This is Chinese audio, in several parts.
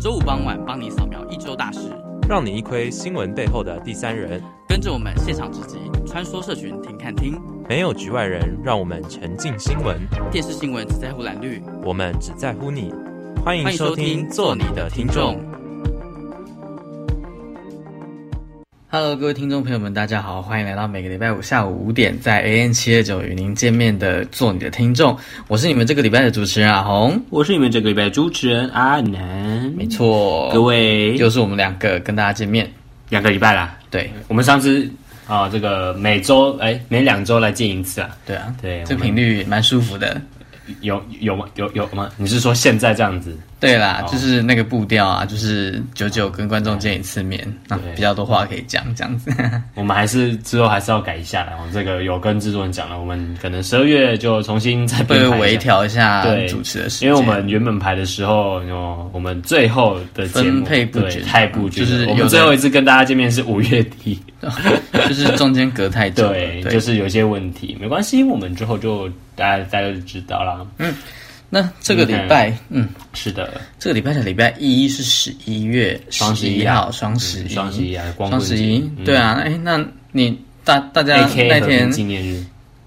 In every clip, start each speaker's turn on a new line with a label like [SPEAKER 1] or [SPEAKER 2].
[SPEAKER 1] 周五傍晚帮你扫描一周大事，
[SPEAKER 2] 让你一窥新闻背后的第三人，
[SPEAKER 1] 跟着我们现场直击，穿梭社群，听看听。
[SPEAKER 2] 没有局外人，让我们沉浸新闻，
[SPEAKER 1] 电视新闻只在乎蓝绿，
[SPEAKER 2] 我们只在乎你。欢迎
[SPEAKER 1] 欢迎
[SPEAKER 2] 收
[SPEAKER 1] 收
[SPEAKER 2] 听
[SPEAKER 1] 听
[SPEAKER 2] 《
[SPEAKER 1] 《
[SPEAKER 2] 做
[SPEAKER 1] 做
[SPEAKER 2] 你
[SPEAKER 1] 你
[SPEAKER 2] 的
[SPEAKER 1] 的
[SPEAKER 2] 听
[SPEAKER 1] 听
[SPEAKER 2] 众
[SPEAKER 1] 众》。》。Hello，各位听众朋友们，大家好，欢迎来到每个礼拜五下午五点在 AN 七二九与您见面的《做你的听众》，我是你们这个礼拜的主持人阿红，
[SPEAKER 3] 我是你们这个礼拜的主持人阿南。
[SPEAKER 1] 没错，
[SPEAKER 3] 各位
[SPEAKER 1] 嗯又是我们两个跟大家见面，
[SPEAKER 3] 两个礼拜啦，
[SPEAKER 1] 对
[SPEAKER 3] 我们上次啊、这个每周哎每两周来见一次啊，
[SPEAKER 1] 对啊，
[SPEAKER 3] 对
[SPEAKER 1] 这
[SPEAKER 3] 我们
[SPEAKER 1] 频率蛮舒服的。
[SPEAKER 3] 有有吗？有有吗？你是说现在这样子？
[SPEAKER 1] 对啦，
[SPEAKER 3] 哦
[SPEAKER 1] 就是那个步调啊，就是久久跟观众见一次面，那
[SPEAKER 3] 对
[SPEAKER 1] 比较多话可以讲，这样子。
[SPEAKER 3] 我们还是之后还是要改一下啦。我们这个有跟制作人讲了，我们可能十二月就重新再
[SPEAKER 1] 会
[SPEAKER 3] 编排
[SPEAKER 1] 微
[SPEAKER 3] 一下。
[SPEAKER 1] 调一下
[SPEAKER 3] 对
[SPEAKER 1] 主持的时间，
[SPEAKER 3] 因为我们原本排的时候，有我们最后的节
[SPEAKER 1] 分
[SPEAKER 3] 目
[SPEAKER 1] 配不
[SPEAKER 3] 对
[SPEAKER 1] 均
[SPEAKER 3] 太不均了，
[SPEAKER 1] 就是有的
[SPEAKER 3] 我们最后一次跟大家见面是五月 底，
[SPEAKER 1] 就是中间隔太久了，
[SPEAKER 3] 对，
[SPEAKER 1] 对，
[SPEAKER 3] 就是有一些问题，没关系，我们之后就大家大家就知道啦。
[SPEAKER 1] 那这个礼拜，嗯，
[SPEAKER 3] 是的，
[SPEAKER 1] 这个礼拜的礼拜一是十一月
[SPEAKER 3] 双
[SPEAKER 1] 十
[SPEAKER 3] 十
[SPEAKER 1] 一
[SPEAKER 3] 一
[SPEAKER 1] 号，
[SPEAKER 3] 啊
[SPEAKER 1] 双十一，
[SPEAKER 3] 双十一啊，光
[SPEAKER 1] 双
[SPEAKER 3] 棍
[SPEAKER 1] 十
[SPEAKER 3] 节
[SPEAKER 1] 一，
[SPEAKER 3] 嗯
[SPEAKER 1] 对啊，哎，那你大大家那
[SPEAKER 3] ，AK 和嗯平
[SPEAKER 1] 天，
[SPEAKER 3] 纪念日，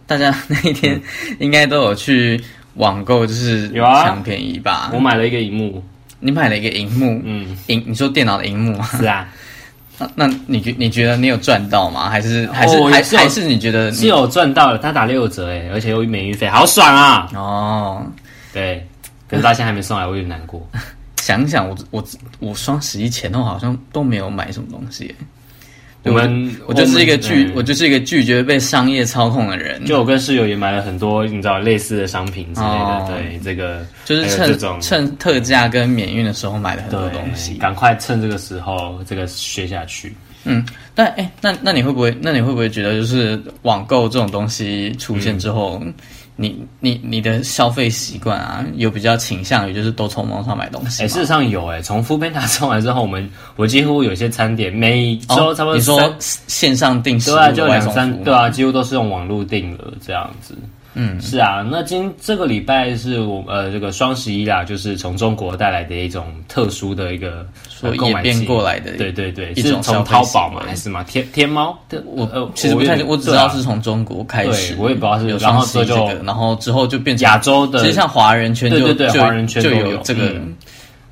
[SPEAKER 1] 大家 那一天应该都有去网购，就是
[SPEAKER 3] 有啊
[SPEAKER 1] 抢便宜吧
[SPEAKER 3] 我？买了一个荧幕，
[SPEAKER 1] 你买了一个荧幕，
[SPEAKER 3] 嗯，
[SPEAKER 1] 荧，你说电脑的荧幕啊？
[SPEAKER 3] 是啊，
[SPEAKER 1] 那那你觉你觉得你有赚到吗？还是还是
[SPEAKER 3] 哦
[SPEAKER 1] 还
[SPEAKER 3] 是有
[SPEAKER 1] 还是你觉得
[SPEAKER 3] 是
[SPEAKER 1] 你
[SPEAKER 3] 有赚到了，他打六折哎，而且有免运费，好爽啊！
[SPEAKER 1] 哦？
[SPEAKER 3] 对，可是他现在还没送来，我有点难过。
[SPEAKER 1] 想一想我我我双十一前后好像都没有买什么东西耶。
[SPEAKER 3] 我们
[SPEAKER 1] 我就是一个拒
[SPEAKER 3] 们，
[SPEAKER 1] 我就是一个拒绝被商业操控的人，
[SPEAKER 3] 就我跟室友也买了很多，你知道类似的商品之类
[SPEAKER 1] 哦
[SPEAKER 3] 的，对，这个
[SPEAKER 1] 就是
[SPEAKER 3] 还有这
[SPEAKER 1] 趁
[SPEAKER 3] 种
[SPEAKER 1] 趁特价跟免运的时候买了很多东
[SPEAKER 3] 对，
[SPEAKER 1] 西。
[SPEAKER 3] 赶快趁这个时候这个削下去。
[SPEAKER 1] 嗯，但哎、那那你会不会，那你会不会觉得，就是网购这种东西出现之后，
[SPEAKER 3] 嗯
[SPEAKER 1] 你你你的消费习惯啊，有比较倾向于就是都从网上买东西
[SPEAKER 3] 哎、
[SPEAKER 1] 吗？
[SPEAKER 3] 事实上有哎、从 f o o p a n d a 送来之后，我们我几乎有些餐点每
[SPEAKER 1] 哦
[SPEAKER 3] 周差不多、
[SPEAKER 1] 你说线上订食物
[SPEAKER 3] 对啊，就
[SPEAKER 1] 外
[SPEAKER 3] 两
[SPEAKER 1] 送
[SPEAKER 3] 三
[SPEAKER 1] 服务
[SPEAKER 3] 对啊，几乎都是用网络订了这样子。
[SPEAKER 1] 嗯，
[SPEAKER 3] 是啊，那今这个礼拜是我呃这个双十一啦，就是从中国带来的一种特殊的一个
[SPEAKER 1] 所
[SPEAKER 3] 呃
[SPEAKER 1] 以
[SPEAKER 3] 购
[SPEAKER 1] 演
[SPEAKER 3] 买
[SPEAKER 1] 变
[SPEAKER 3] 行
[SPEAKER 1] 过来的，
[SPEAKER 3] 对，对对，
[SPEAKER 1] 一
[SPEAKER 3] 是
[SPEAKER 1] 种消
[SPEAKER 3] 从
[SPEAKER 1] 费
[SPEAKER 3] 淘宝
[SPEAKER 1] 行
[SPEAKER 3] 嘛
[SPEAKER 1] 为
[SPEAKER 3] 还是嘛天天猫？对
[SPEAKER 1] 我
[SPEAKER 3] 呃
[SPEAKER 1] 其实不太
[SPEAKER 3] 有点
[SPEAKER 1] 我只知
[SPEAKER 3] 对啊
[SPEAKER 1] 道是从中国开始，
[SPEAKER 3] 对我也不知道是
[SPEAKER 1] 有
[SPEAKER 3] 然后
[SPEAKER 1] 双十一
[SPEAKER 3] 这
[SPEAKER 1] 这
[SPEAKER 3] 就
[SPEAKER 1] 个，然后之后就变成
[SPEAKER 3] 亚洲的
[SPEAKER 1] 其实像华人圈就
[SPEAKER 3] 对对对
[SPEAKER 1] 就
[SPEAKER 3] 华人圈
[SPEAKER 1] 就
[SPEAKER 3] 都有
[SPEAKER 1] 有这个、
[SPEAKER 3] 嗯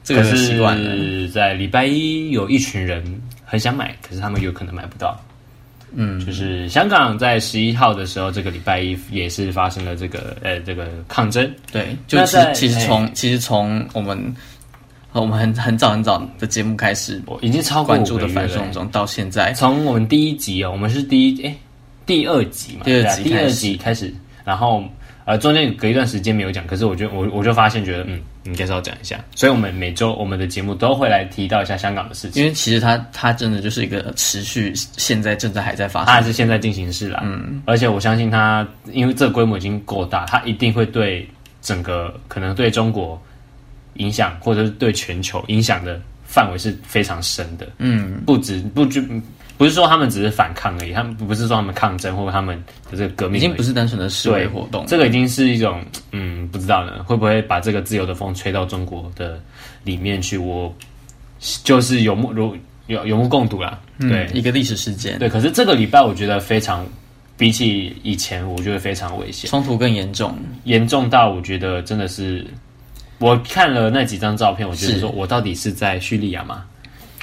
[SPEAKER 1] 这个
[SPEAKER 3] 可
[SPEAKER 1] 习惯了，
[SPEAKER 3] 是在礼拜一有一群人很想买，可是他们有可能买不到。
[SPEAKER 1] 嗯，
[SPEAKER 3] 就是香港在十一号的时候，这个礼拜一也是发生了这个呃这个抗争，
[SPEAKER 1] 对，就
[SPEAKER 3] 那
[SPEAKER 1] 其实
[SPEAKER 3] 在
[SPEAKER 1] 其实
[SPEAKER 3] 哎
[SPEAKER 1] 从其实从我们我们很很早很早的节目开始
[SPEAKER 3] 我已经超过
[SPEAKER 1] 关
[SPEAKER 3] 五
[SPEAKER 1] 注
[SPEAKER 3] 个
[SPEAKER 1] 的
[SPEAKER 3] 月
[SPEAKER 1] 反
[SPEAKER 3] 了欸
[SPEAKER 1] 送中到现在，
[SPEAKER 3] 从我们第一集哦，我们是第一哎、第二集嘛，
[SPEAKER 1] 第二集
[SPEAKER 3] 对啊
[SPEAKER 1] 开始
[SPEAKER 3] 第二集开始，然后呃中间隔一段时间没有讲，可是我觉得我我就发现觉得嗯应该是要讲一下，所以我们每周我们的节目都会来提到一下香港的事情，
[SPEAKER 1] 因为其实它它真的就是一个持续现在正在还在发
[SPEAKER 3] 它还
[SPEAKER 1] 生，
[SPEAKER 3] 是现在进行式啦，嗯，而且我相信它因为这个规模已经够大，它一定会对整个可能对中国影响或者是对全球影响的范围是非常深的，
[SPEAKER 1] 嗯，
[SPEAKER 3] 不止不就不是说他们只是反抗而已，他们不是说他们抗争或者他们的这个革命而
[SPEAKER 1] 已
[SPEAKER 3] 已，
[SPEAKER 1] 经不是单纯的示威
[SPEAKER 3] 对
[SPEAKER 1] 活动，
[SPEAKER 3] 这个已经是一种嗯，不知道呢，会不会把这个自由的风吹到中国的里面去？我就是有目如有有目共睹啦，
[SPEAKER 1] 嗯
[SPEAKER 3] 对、
[SPEAKER 1] 一个历史事件，
[SPEAKER 3] 对。可是这个礼拜我觉得非常，比起以前我觉得非常危险，
[SPEAKER 1] 冲突更严重，
[SPEAKER 3] 严重到我觉得真的是，我看了那几张照片，我觉得
[SPEAKER 1] 是
[SPEAKER 3] 说我到底是在叙利亚吗？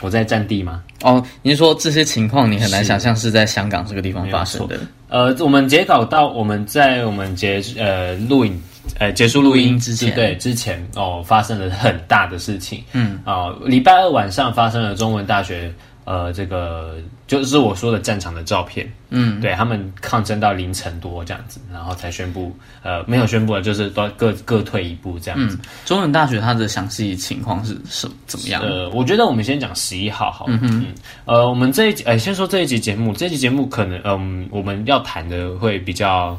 [SPEAKER 3] 我在战地吗？
[SPEAKER 1] 哦，你是说这些情况你很难想象是在香港这个地方发生的？
[SPEAKER 3] 呃，我们截稿到我们在我们结呃录影呃结束录
[SPEAKER 1] 录音
[SPEAKER 3] 音
[SPEAKER 1] 之前
[SPEAKER 3] 对之前哦发生了很大的事情，嗯，哦，礼拜二晚上发生了中文大学呃这个就是我说的战场的照片，嗯，对他们抗争到凌晨多这样子，然后才宣布呃没有宣布了，就是都各各退一步这样子。
[SPEAKER 1] 中文大学它的详细情况是什怎么样？
[SPEAKER 3] 呃，我觉得我们先讲十一号好了。嗯呃，我们这一集，呃，先说这一集节目，这一集节目可能，嗯、我们要谈的会比较，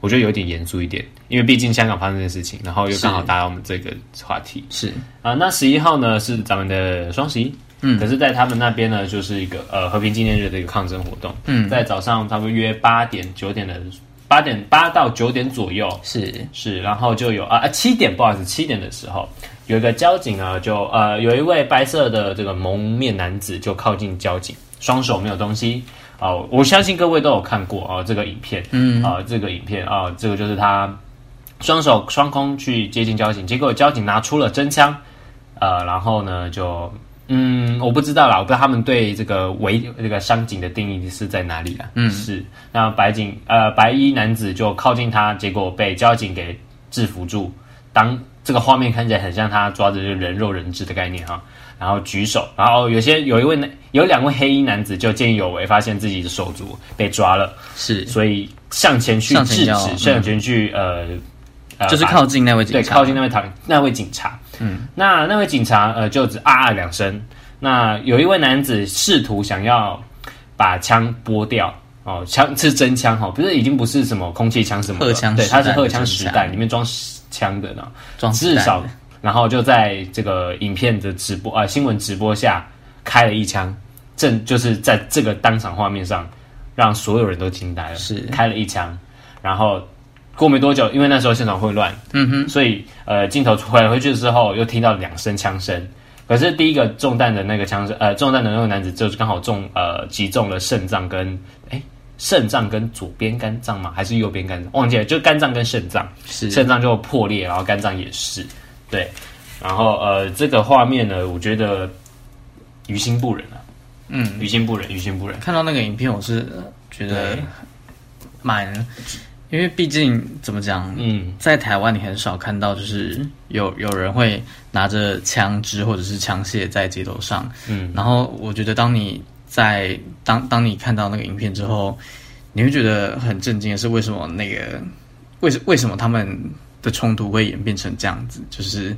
[SPEAKER 3] 我觉得有点严肃一点，因为毕竟香港发生的事情，然后又刚好
[SPEAKER 1] 是
[SPEAKER 3] 搭到我们这个话题
[SPEAKER 1] 是
[SPEAKER 3] 啊、那十一号呢是咱们的双十一。
[SPEAKER 1] 嗯
[SPEAKER 3] 可是，在他们那边呢，就是一个呃和平纪念日的一个抗争活动。
[SPEAKER 1] 嗯
[SPEAKER 3] 在早上差不多约八点九点的八点八到九点左右，
[SPEAKER 1] 是
[SPEAKER 3] 是，然后就有啊啊七点，不好意思，七点的时候有一个交警啊，就呃有一位白色的这个蒙面男子就靠近交警，双手没有东西啊、我相信各位都有看过啊、这个影片，嗯啊、这个影片啊、这个就是他双手双空去接近交警，结果交警拿出了真枪，呃，然后呢就嗯，我不知道啦，我不知道他们对这个违这个伤警的定义是在哪里啦。嗯，是那白警呃白衣男子就靠近他，结果被交警给制服住。当这个画面看起来很像他抓着这个人肉人质的概念哈，啊然后举手，然后有些有一位男有两位黑衣男子就见义勇为，发现自己的手足被抓了，
[SPEAKER 1] 是，
[SPEAKER 3] 所以上前去
[SPEAKER 1] 上前
[SPEAKER 3] 制止，
[SPEAKER 1] 要
[SPEAKER 3] 上前
[SPEAKER 1] 嗯
[SPEAKER 3] 去呃呃
[SPEAKER 1] 就是
[SPEAKER 3] 把
[SPEAKER 1] 靠近那位警
[SPEAKER 3] 对，
[SPEAKER 1] 察，
[SPEAKER 3] 靠近那位唐那位警察。嗯，那那位警察呃就只啊啊两声。那有一位男子试图想要把枪拨掉。哦，枪是真枪哈、哦，不是已经不是什么空气枪什么的
[SPEAKER 1] 荷枪
[SPEAKER 3] 对，
[SPEAKER 1] 实
[SPEAKER 3] 它是
[SPEAKER 1] 弹
[SPEAKER 3] 荷
[SPEAKER 1] 的
[SPEAKER 3] 枪
[SPEAKER 1] 真
[SPEAKER 3] 实
[SPEAKER 1] 枪
[SPEAKER 3] 弹，里面装枪的呢。
[SPEAKER 1] 装子
[SPEAKER 3] 至
[SPEAKER 1] 弹
[SPEAKER 3] 少，然后就在这个影片的直播啊、呃新闻直播下开了一枪，正就是在这个当场画面上，让所有人都惊呆了，
[SPEAKER 1] 是
[SPEAKER 3] 开了一枪，然后过没多久，因为那时候现场混乱，嗯哼，所以呃镜头回回去之后，又听到两声枪声。可是第一个中弹的那个枪声，呃，中弹的那个男子就是刚好中呃击中了肾脏跟哎肾脏跟左边肝脏吗？还是右边肝脏？忘记了，就肝脏跟肾脏。
[SPEAKER 1] 是
[SPEAKER 3] 肾脏就破裂，然后肝脏也是，对。然后呃，这个画面呢，我觉得于心不忍啊，
[SPEAKER 1] 嗯，
[SPEAKER 3] 于心不忍，于心不忍。
[SPEAKER 1] 看到那个影片，我是呃觉得
[SPEAKER 3] 对
[SPEAKER 1] 蛮，因为毕竟怎么讲，
[SPEAKER 3] 嗯，
[SPEAKER 1] 在台湾你很少看到，就是有有人会拿着枪支或者是枪械在街头上。
[SPEAKER 3] 嗯，
[SPEAKER 1] 然后我觉得当你在当当你看到那个影片之后，你会觉得很震惊的是，为什么那个为什为什么他们的冲突会演变成这样子？就是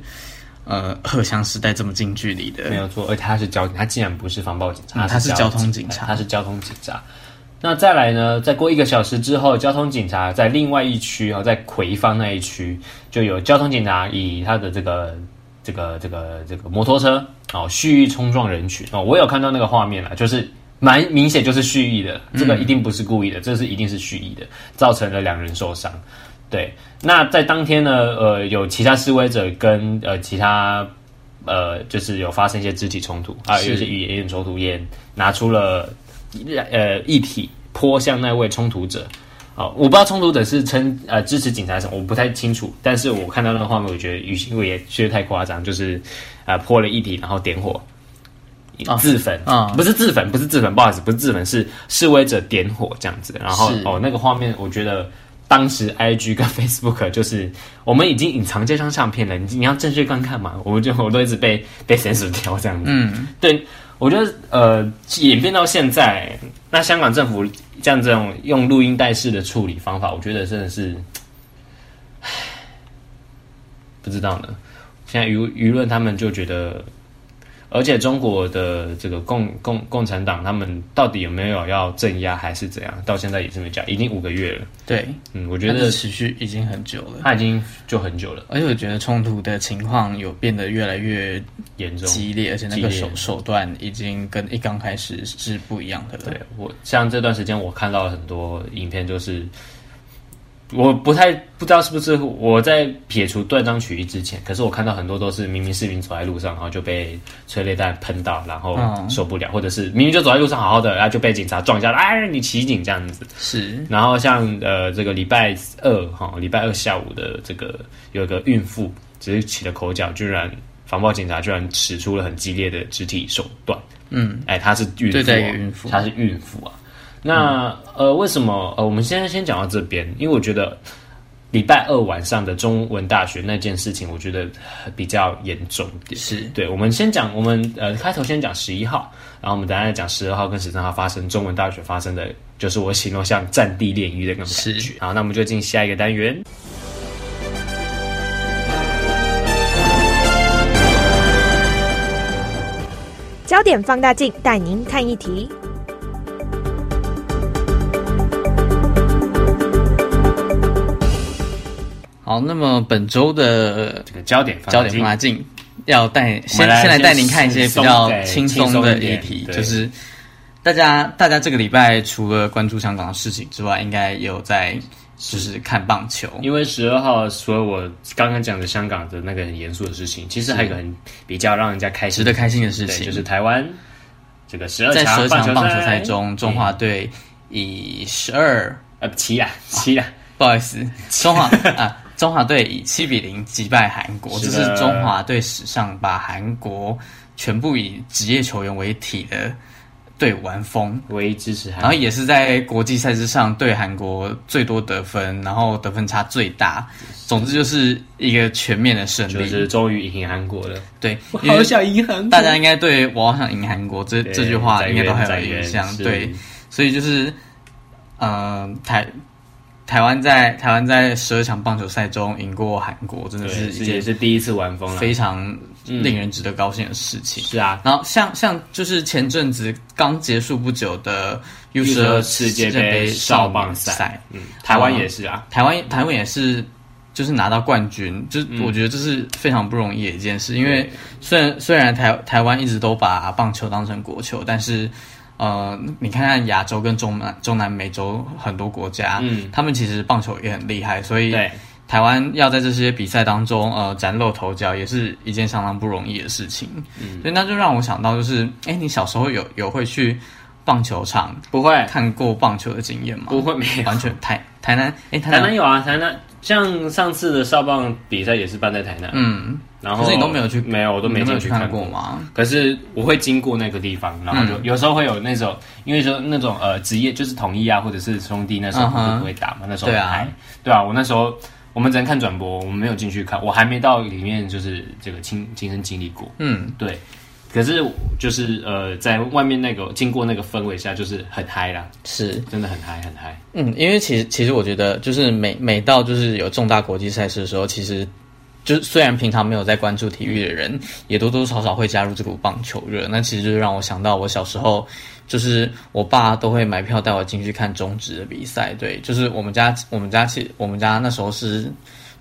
[SPEAKER 1] 呃，荷枪实弹这么近距离
[SPEAKER 3] 没
[SPEAKER 1] 的，
[SPEAKER 3] 有错，而且他是交警，他竟然不是防暴警察，
[SPEAKER 1] 嗯
[SPEAKER 3] 他
[SPEAKER 1] 他是交通警察
[SPEAKER 3] 他是交通警察。那再来呢？再过一个小时之后，交通警察在另外一区啊，在葵芳那一区，就有交通警察以他的这个这个这个这个摩托车哦，蓄意冲撞人群哦，我有看到那个画面了，就是蛮明显就是蓄意的，这个一定不是故意的，这是一定是蓄意的，造成了两人受伤。对，那在当天呢，呃，有其他示威者跟呃其他呃，就是有发生一些肢体冲突啊，
[SPEAKER 1] 是
[SPEAKER 3] 有一些语言冲突，也拿出了呃一体泼向那位冲突者。哦，我不知道冲突者是称呃支持警察什么，我不太清楚。但是我看到那个画面，我觉得于心我也觉得太夸张，就是呃泼了一体，然后点火，
[SPEAKER 1] 啊
[SPEAKER 3] 自焚
[SPEAKER 1] 啊
[SPEAKER 3] 不是自焚，不是自焚，不好意思，不是自焚，是示威者点火这样子。然后
[SPEAKER 1] 是
[SPEAKER 3] 哦，那个画面，我觉得当时 I G 跟 Facebook 就是我们已经隐藏这张相片了，你你要正确观看嘛？我们就我都一直被被 censor 掉这样子。
[SPEAKER 1] 嗯，
[SPEAKER 3] 对，我觉得呃，演变到现在，那香港政府像这种用录音带式的处理方法，我觉得真的是，唉不知道呢。现在舆舆论他们就觉得，而且中国的这个共共共产党，他们到底有没有要镇压还是怎样？到现在也是没讲，已经五个月了。
[SPEAKER 1] 对，
[SPEAKER 3] 嗯，我觉
[SPEAKER 1] 它
[SPEAKER 3] 得
[SPEAKER 1] 是持续已经很久了。
[SPEAKER 3] 他已经就很久了，
[SPEAKER 1] 而且我觉得冲突的情况有变得越来越
[SPEAKER 3] 严重。
[SPEAKER 1] 激烈，而且那个
[SPEAKER 3] 激烈
[SPEAKER 1] 手手段已经跟一刚开始是不一样的了。
[SPEAKER 3] 对我像这段时间我看到很多影片，就是我不太不知道是不是我在撇除断章取义之前，可是我看到很多都是明明市民走在路上，然后就被催泪弹喷到，然后
[SPEAKER 1] 嗯
[SPEAKER 3] 受不了，或者是明明就走在路上好好的，然后就被警察撞一下，哎，你骑警这样子。
[SPEAKER 1] 是
[SPEAKER 3] 然后像呃这个礼拜二哈，礼拜二下午的这个有一个孕妇只是起了口角，居然防暴警察居然使出了很激烈的肢体手段。嗯，哎，她是孕妇、
[SPEAKER 1] 对
[SPEAKER 3] 哦，
[SPEAKER 1] 待一个孕妇
[SPEAKER 3] 她是孕妇啊。那、呃，为什么呃，我们现在先讲到这边，因为我觉得呃礼拜二晚上的中文大学那件事情，我觉得呃比较严重一点。
[SPEAKER 1] 是，
[SPEAKER 3] 对，我们先讲，我们呃开头先讲十一号，然后我们等一下再讲十二号跟十三号发生中文大学发生的，就是我形容像战地炼狱的那种感觉
[SPEAKER 1] 是。
[SPEAKER 3] 好，那我们就进下一个单元。
[SPEAKER 4] 焦点放大镜带您看一题。
[SPEAKER 1] 好，那么本周的
[SPEAKER 3] 这个焦点放
[SPEAKER 1] 焦
[SPEAKER 3] 大
[SPEAKER 1] 点
[SPEAKER 3] 镜
[SPEAKER 1] 放大镜要带
[SPEAKER 3] 我
[SPEAKER 1] 先
[SPEAKER 3] 们来
[SPEAKER 1] 先来带您
[SPEAKER 3] 先
[SPEAKER 1] 看一些
[SPEAKER 3] 轻松
[SPEAKER 1] 比较
[SPEAKER 3] 对
[SPEAKER 1] 轻
[SPEAKER 3] 轻
[SPEAKER 1] 松
[SPEAKER 3] 松
[SPEAKER 1] 的
[SPEAKER 3] 一
[SPEAKER 1] 议
[SPEAKER 3] 点
[SPEAKER 1] 题，
[SPEAKER 3] 对
[SPEAKER 1] 就是大家大家这个礼拜除了关注香港的事情之外，应该也有在就是看棒球。
[SPEAKER 3] 因为十二号，所以我刚刚讲的香港的那个很严肃的事情，其实还有一个很比较让人家开
[SPEAKER 1] 值
[SPEAKER 3] 心
[SPEAKER 1] 得开心的事
[SPEAKER 3] 对
[SPEAKER 1] 情，
[SPEAKER 3] 就是台湾这个十二
[SPEAKER 1] 在十二
[SPEAKER 3] 棒球
[SPEAKER 1] 场棒球赛
[SPEAKER 3] 赛，
[SPEAKER 1] 中，中华队以十二，
[SPEAKER 3] 呃，七呀七呀，
[SPEAKER 1] 不好意思，中华啊，中华队以七比零击败韩国，这
[SPEAKER 3] 是
[SPEAKER 1] 是
[SPEAKER 3] 的
[SPEAKER 1] 中华队史上把韩国全部以职业球员为体的队伍玩疯。
[SPEAKER 3] 唯一支持韩
[SPEAKER 1] 然后
[SPEAKER 3] 国，
[SPEAKER 1] 也是在国际赛事上对韩国最多得分，然后得分差最大，总之就是一个全面的胜利。
[SPEAKER 3] 就是终于赢韩国了。
[SPEAKER 1] 对，
[SPEAKER 3] 我
[SPEAKER 1] 因为
[SPEAKER 3] 好想赢韩国，
[SPEAKER 1] 大家应该对“我好想赢韩国”这
[SPEAKER 3] 对
[SPEAKER 1] 这句话
[SPEAKER 3] 在
[SPEAKER 1] 应该都
[SPEAKER 3] 原
[SPEAKER 1] 还
[SPEAKER 3] 在
[SPEAKER 1] 有
[SPEAKER 3] 原
[SPEAKER 1] 印象。
[SPEAKER 3] 是
[SPEAKER 1] 对，所以就是，呃，台台湾在台湾在十二强棒球赛中赢过韩国，真的
[SPEAKER 3] 对
[SPEAKER 1] 是
[SPEAKER 3] 是
[SPEAKER 1] 一
[SPEAKER 3] 也
[SPEAKER 1] 件
[SPEAKER 3] 是第一次玩疯了，
[SPEAKER 1] 非常令人值得高兴的事情。
[SPEAKER 3] 是啊，
[SPEAKER 1] 然后像像就是前阵子刚结束不久的 U 十二
[SPEAKER 3] 世界杯
[SPEAKER 1] 少
[SPEAKER 3] 少
[SPEAKER 1] 棒
[SPEAKER 3] 棒
[SPEAKER 1] 赛
[SPEAKER 3] 赛，，嗯，台湾也是啊，
[SPEAKER 1] 台湾台湾也是就是拿到冠军，就是我觉得这是非常不容易的一件事，因为
[SPEAKER 3] 对
[SPEAKER 1] 虽然虽然台台湾一直都把棒球当成国球，但是呃，你看看亚洲跟中南中南美洲很多国家，
[SPEAKER 3] 嗯
[SPEAKER 1] 他们其实棒球也很厉害，所以
[SPEAKER 3] 对，
[SPEAKER 1] 台湾要在这些比赛当中，呃，崭露头角，也是一件相当不容易的事情。嗯，所以那就让我想到，就是，哎、你小时候有有会去棒球场
[SPEAKER 3] 不会
[SPEAKER 1] 看过棒球的经验吗？
[SPEAKER 3] 不会没 有，
[SPEAKER 1] 完全台台南，哎、台
[SPEAKER 3] 台
[SPEAKER 1] 南，
[SPEAKER 3] 南有啊，台南像上次的少棒比赛也是办在台南，
[SPEAKER 1] 嗯，
[SPEAKER 3] 然后
[SPEAKER 1] 可是你都没有去，
[SPEAKER 3] 没有，我都
[SPEAKER 1] 你
[SPEAKER 3] 没
[SPEAKER 1] 没有
[SPEAKER 3] 进
[SPEAKER 1] 去
[SPEAKER 3] 看
[SPEAKER 1] 过。嗯吗？
[SPEAKER 3] 可是我会经过那个地方，然后就、有时候会有那种，因为说那种呃职业就是统一啊，或者是兄弟那时候
[SPEAKER 1] 嗯哼
[SPEAKER 3] 不会打嘛那时候
[SPEAKER 1] 对啊
[SPEAKER 3] 还对啊，我那时候我们只能看转播，我们没有进去看，我还没到里面就是这个亲亲身经历过，
[SPEAKER 1] 嗯，
[SPEAKER 3] 对。可是就是呃，在外面那个经过那个氛围下，就是很嗨啦，
[SPEAKER 1] 是，
[SPEAKER 3] 真的很嗨很 嗨。
[SPEAKER 1] 嗯，因为其实其实我觉得，就是每每到就是有重大国际赛事的时候，其实就是虽然平常没有在关注体育的人，也多多少少会加入这股棒球热。那其实就是让我想到我小时候，就是我爸都会买票带我进去看中职的比赛。对，就是我们家我们家其我们家那时候是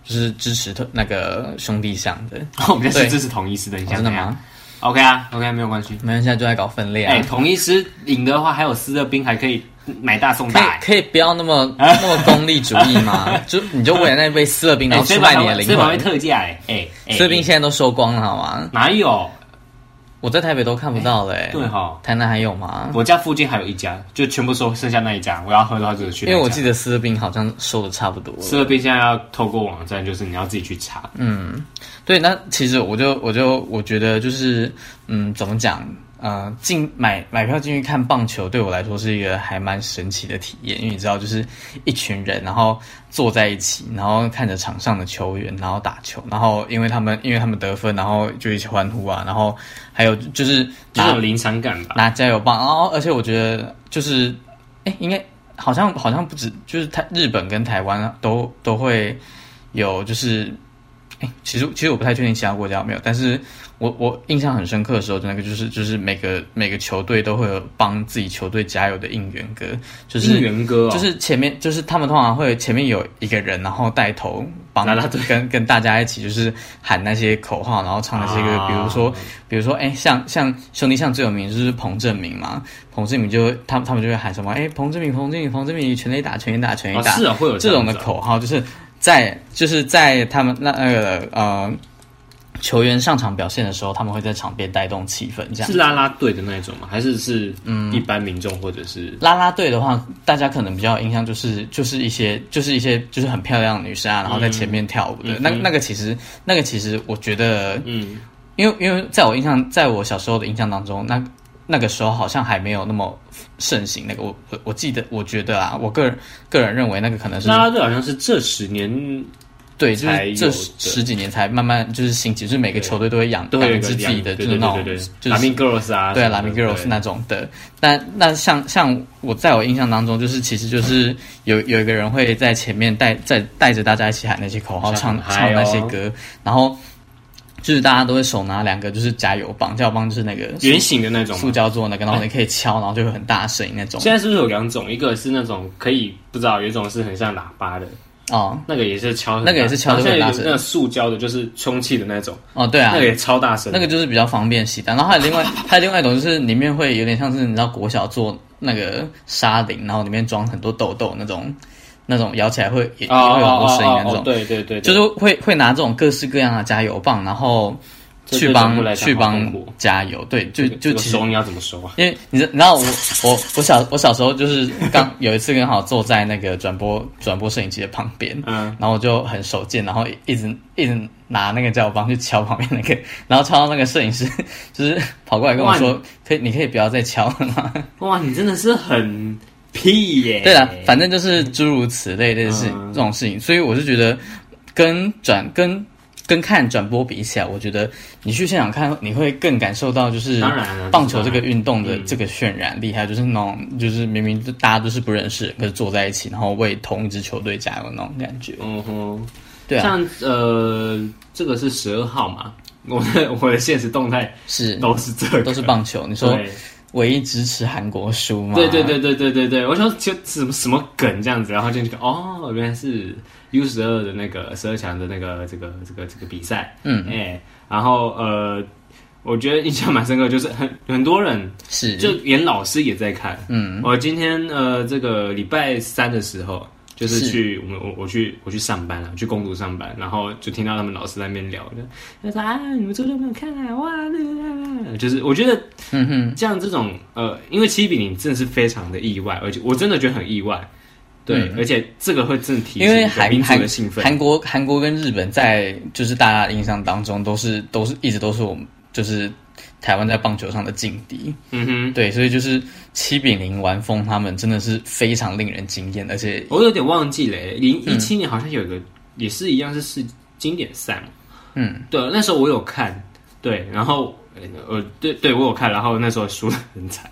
[SPEAKER 1] 就是支持特那个兄弟象的，
[SPEAKER 3] 我们这
[SPEAKER 1] 哦对
[SPEAKER 3] 是这是同一师的，你
[SPEAKER 1] 哦
[SPEAKER 3] 想
[SPEAKER 1] 真的
[SPEAKER 3] 怎样
[SPEAKER 1] 吗？
[SPEAKER 3] ？OK 啊，OK 没有关系。
[SPEAKER 1] 我们现在就在搞分裂、啊。
[SPEAKER 3] 哎、同一师赢的话，还有私热兵还可以买大送
[SPEAKER 1] 可
[SPEAKER 3] 大、
[SPEAKER 1] 以
[SPEAKER 3] 哎
[SPEAKER 1] 可以不要那么那么功利主义吗？就你就为了那杯斯乐冰，然后
[SPEAKER 3] 这
[SPEAKER 1] 出
[SPEAKER 3] 把
[SPEAKER 1] 卖你的灵
[SPEAKER 3] 这把会
[SPEAKER 1] 魂。
[SPEAKER 3] 特价哎哎哎，
[SPEAKER 1] 斯乐冰现在都收光了，好吗？
[SPEAKER 3] 哪有？
[SPEAKER 1] 我在台北都看不到了、欸，
[SPEAKER 3] 对哈，
[SPEAKER 1] 台南还有吗？
[SPEAKER 3] 我家附近还有一家，就全部收剩下那一家，我要喝的话就是去那
[SPEAKER 1] 因
[SPEAKER 3] 一
[SPEAKER 1] 为
[SPEAKER 3] 家。
[SPEAKER 1] 我记得斯乐冰好像收的差不多
[SPEAKER 3] 四
[SPEAKER 1] 了。
[SPEAKER 3] 乐冰现在要透过网站，就是你要自己去查。
[SPEAKER 1] 嗯对，那其实我就我就我觉得就是嗯，怎么讲？呃，进买买票进去看棒球，对我来说是一个还蛮神奇的体验，因为你知道，就是一群人，然后坐在一起，然后看着场上的球员，然后打球，然后因为他们因为他们得分，然后就一起欢呼啊，然后还有就是
[SPEAKER 3] 就
[SPEAKER 1] 拿
[SPEAKER 3] 是有临场感吧，
[SPEAKER 1] 拿加油棒，然后而且我觉得就是，哎，应该好像好像不止，就是台日本跟台湾都都会有，就是，哎，其实其实我不太确定其他国家有没有，但是我我印象很深刻的时候，那个就是就是每个每个球队都会有帮自己球队加油的应援歌，就是
[SPEAKER 3] 应援歌哦
[SPEAKER 1] 就是前面就是他们通常会前面有一个人，然后带头帮
[SPEAKER 3] 啦啦队
[SPEAKER 1] 跟跟大家一起就是喊那些口号，然后唱那些歌，
[SPEAKER 3] 啊
[SPEAKER 1] 比如说比如说哎、像像兄弟像最有名就是彭正明嘛，彭正明就他们他们就会喊什么哎、彭正明彭正明彭正明全垒打全垒打全垒
[SPEAKER 3] 哦
[SPEAKER 1] 打，
[SPEAKER 3] 是啊，会有
[SPEAKER 1] 这
[SPEAKER 3] 样
[SPEAKER 1] 种的
[SPEAKER 3] 子啊
[SPEAKER 1] 口号，就是在就是在他们那那个呃球员上场表现的时候，他们会在场边带动气氛，这样
[SPEAKER 3] 是啦啦队的那一种吗？还是是嗯一般民众或者是
[SPEAKER 1] 啦啦队的话，大家可能比较有印象就是就是一些就是一些就是很漂亮的女生啊，然后在前面跳舞的、那那个其实那个其实我觉得，
[SPEAKER 3] 嗯
[SPEAKER 1] 因为因为在我印象，在我小时候的印象当中，那那个时候好像还没有那么盛行那个我我我记得我觉得啊，我个人个人认为那个可能是
[SPEAKER 3] 啦啦队好像是这十年
[SPEAKER 1] 对，就
[SPEAKER 3] 才
[SPEAKER 1] 是
[SPEAKER 3] 有
[SPEAKER 1] 这
[SPEAKER 3] 的
[SPEAKER 1] 十十几年才慢慢就是兴起，就是每个球队都会养
[SPEAKER 3] 都
[SPEAKER 1] 养
[SPEAKER 3] 会有一
[SPEAKER 1] 一
[SPEAKER 3] 个
[SPEAKER 1] 支自己的，
[SPEAKER 3] 对
[SPEAKER 1] 就是那
[SPEAKER 3] 对
[SPEAKER 1] 种
[SPEAKER 3] 对对
[SPEAKER 1] 就
[SPEAKER 3] 对拉
[SPEAKER 1] 是
[SPEAKER 3] 米 girls 啊，
[SPEAKER 1] 对
[SPEAKER 3] 什么
[SPEAKER 1] 拉
[SPEAKER 3] 的
[SPEAKER 1] 米 girls
[SPEAKER 3] 对
[SPEAKER 1] 那种的。但那像像我在我印象当中，就是其实就是有有一个人会在前面带在带着大家一起喊那些口号，
[SPEAKER 3] 像
[SPEAKER 1] 唱
[SPEAKER 3] 很
[SPEAKER 1] 唱
[SPEAKER 3] 嗨
[SPEAKER 1] 那些
[SPEAKER 3] 哦
[SPEAKER 1] 歌，然后就是大家都会手拿两个就是加油棒，加油棒就是那个
[SPEAKER 3] 圆形的那种吗
[SPEAKER 1] 塑胶做的那个，然后你可以敲，然后就会很大声音那种。
[SPEAKER 3] 现在是不是有两种？一个是那种可以不知道，有一种是很像喇叭的，
[SPEAKER 1] 哦
[SPEAKER 3] 那个也是敲很大，
[SPEAKER 1] 那个也是敲得
[SPEAKER 3] 然后
[SPEAKER 1] 很
[SPEAKER 3] 现在
[SPEAKER 1] 大
[SPEAKER 3] 有
[SPEAKER 1] 声
[SPEAKER 3] 那个塑胶的，就是充气的那种，
[SPEAKER 1] 哦，对啊，
[SPEAKER 3] 那个也超大声。
[SPEAKER 1] 那个就是比较方便携带。然后还有另外还有另外一种，就是里面会有点像是你知道国小做那个沙林，然后里面装很多豆豆那种那种摇起来会也也
[SPEAKER 3] 哦
[SPEAKER 1] 会有很多声音的那
[SPEAKER 3] 哦
[SPEAKER 1] 种，
[SPEAKER 3] 对对对，对
[SPEAKER 1] 就是会会拿这种各式各样的加油棒，然后
[SPEAKER 3] 这
[SPEAKER 1] 去
[SPEAKER 3] 对总部来
[SPEAKER 1] 帮
[SPEAKER 3] 讲
[SPEAKER 1] 去
[SPEAKER 3] 好
[SPEAKER 1] 帮
[SPEAKER 3] 痛苦
[SPEAKER 1] 加油。对，就
[SPEAKER 3] 这个
[SPEAKER 1] 就
[SPEAKER 3] 这个
[SPEAKER 1] 其实
[SPEAKER 3] 收音要怎么收啊？
[SPEAKER 1] 因为你知你知道我我我小我小时候就是刚有一次刚好坐在那个转播转播摄影机的旁边，
[SPEAKER 3] 嗯，
[SPEAKER 1] 然后我就很手贱，然后一直一直拿那个加油棒去敲旁边那个，然后敲到那个摄影师 就是跑过来跟我说，可以你可以不要再敲了吗？
[SPEAKER 3] 哇，你真的是很屁耶！
[SPEAKER 1] 对啦，反正就是诸如此类类似
[SPEAKER 3] 哎嗯
[SPEAKER 1] 这种事情，所以我是觉得跟转跟跟看转播比起来，我觉得你去现场看，你会更感受到就是
[SPEAKER 3] 当然啊
[SPEAKER 1] 棒球这个运动的
[SPEAKER 3] 嗯
[SPEAKER 1] 这个渲染力，还有就是那种就是明明就大家都是不认识，可是坐在一起，然后为同一支球队加油那种感觉。
[SPEAKER 3] 嗯哼，
[SPEAKER 1] 对啊，
[SPEAKER 3] 像呃，这个是十二号嘛， 我的我的现实动态
[SPEAKER 1] 是
[SPEAKER 3] 都是这个，
[SPEAKER 1] 都是棒球。你说
[SPEAKER 3] 对
[SPEAKER 1] 唯一支持韩国输吗？
[SPEAKER 3] 对对对对对对对，我想就什么什么梗这样子，然后进去看哦，原来是 U 十二的那个十二强的那个这个这个这个比赛，
[SPEAKER 1] 嗯
[SPEAKER 3] 哎、然后呃，我觉得印象蛮深刻，就是很很多人，
[SPEAKER 1] 是
[SPEAKER 3] 就连老师也在看。
[SPEAKER 1] 嗯
[SPEAKER 3] 我今天呃这个礼拜三的时候，就是
[SPEAKER 1] 是
[SPEAKER 3] 去我们我我去我去上班了，去工读上班，然后就听到他们老师在那边聊的，就说啊你们昨天有没有看啊？哇，那个那个，就是我觉得
[SPEAKER 1] 嗯哼
[SPEAKER 3] 像这种呃，因为七比零真的是非常的意外，而且我真的觉得很意外，对，
[SPEAKER 1] 嗯
[SPEAKER 3] 而且这个会真的提
[SPEAKER 1] 因为
[SPEAKER 3] 升
[SPEAKER 1] 韩
[SPEAKER 3] 民族
[SPEAKER 1] 韩
[SPEAKER 3] 的兴奋，
[SPEAKER 1] 韩国韩国跟日本在就是大家的印象当中都是都是一直都是我们就是台湾在棒球上的劲敌，
[SPEAKER 3] 嗯哼，
[SPEAKER 1] 对，所以就是七比零完封他们真的是非常令人惊艳，而且
[SPEAKER 3] 我有点忘记了，零
[SPEAKER 1] 嗯
[SPEAKER 3] 一七年好像有一个、也是一样是世经典赛嘛，
[SPEAKER 1] 嗯，
[SPEAKER 3] 对，那时候我有看，对，然后呃呃，对对我有看，然后那时候输的 很惨，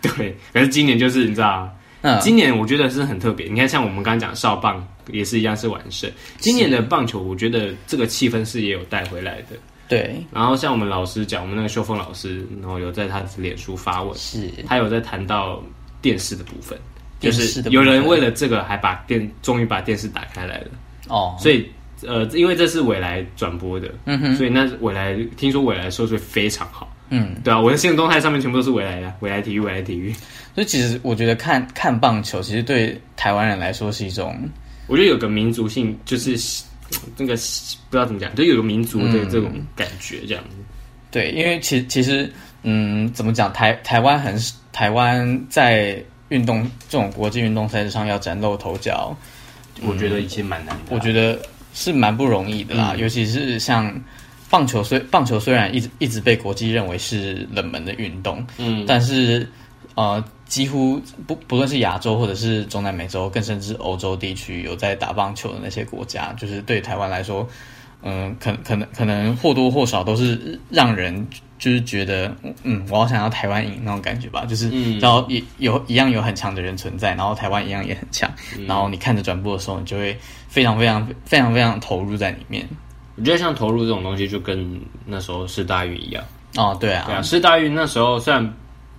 [SPEAKER 3] 对，可是今年就是你知道。
[SPEAKER 1] 嗯
[SPEAKER 3] 今年我觉得是很特别，你看像我们刚刚讲少棒也是一样是完胜，今年的棒球我觉得这个气氛是也有带回来的，
[SPEAKER 1] 对
[SPEAKER 3] 然后像我们老师讲，我们那个秀峰老师，然后有在他的脸书发文，
[SPEAKER 1] 是
[SPEAKER 3] 他有在谈到电视的部分，就
[SPEAKER 1] 电视
[SPEAKER 3] 是
[SPEAKER 1] 的部
[SPEAKER 3] 有
[SPEAKER 1] 分
[SPEAKER 3] 人为了这个还把电终于把电视打开来了，
[SPEAKER 1] 哦，
[SPEAKER 3] 所以呃，因为这是未来转播的，
[SPEAKER 1] 嗯哼
[SPEAKER 3] 所以那未来听说未来收视非常好，
[SPEAKER 1] 嗯，
[SPEAKER 3] 对啊，我的新闻动态上面全部都是未来的，未来体育，未来体育，
[SPEAKER 1] 所以其实我觉得看看棒球其实对台湾人来说是一种
[SPEAKER 3] 我觉得有个民族性就是。那个不知道怎么讲，就有个民族的
[SPEAKER 1] 嗯
[SPEAKER 3] 这种感觉，这样子。
[SPEAKER 1] 对，因为其其实，嗯，怎么讲？台台湾很台湾在运动这种国际运动赛事上要崭露头角，
[SPEAKER 3] 我觉得已经蛮难的啊
[SPEAKER 1] 我觉得是蛮不容易的啦。
[SPEAKER 3] 嗯
[SPEAKER 1] 尤其是像棒球虽棒球虽然一直一直被国际认为是冷门的运动，
[SPEAKER 3] 嗯，
[SPEAKER 1] 但是呃，几乎不不论是亚洲或者是中南美洲，更甚至欧洲地区有在打棒球的那些国家，就是对台湾来说，嗯、可可能可能或多或少都是让人就是觉得，嗯，我好想要台湾赢那种感觉吧，就是
[SPEAKER 3] 嗯
[SPEAKER 1] 然后也有一样有很强的人存在，然后台湾一样也很强，
[SPEAKER 3] 嗯
[SPEAKER 1] 然后你看着转播的时候，你就会非常非常非常非常投入在里面。
[SPEAKER 3] 我觉得像投入这种东西，就跟那时候师大运一样。
[SPEAKER 1] 哦，对啊，
[SPEAKER 3] 对啊，师大运那时候虽然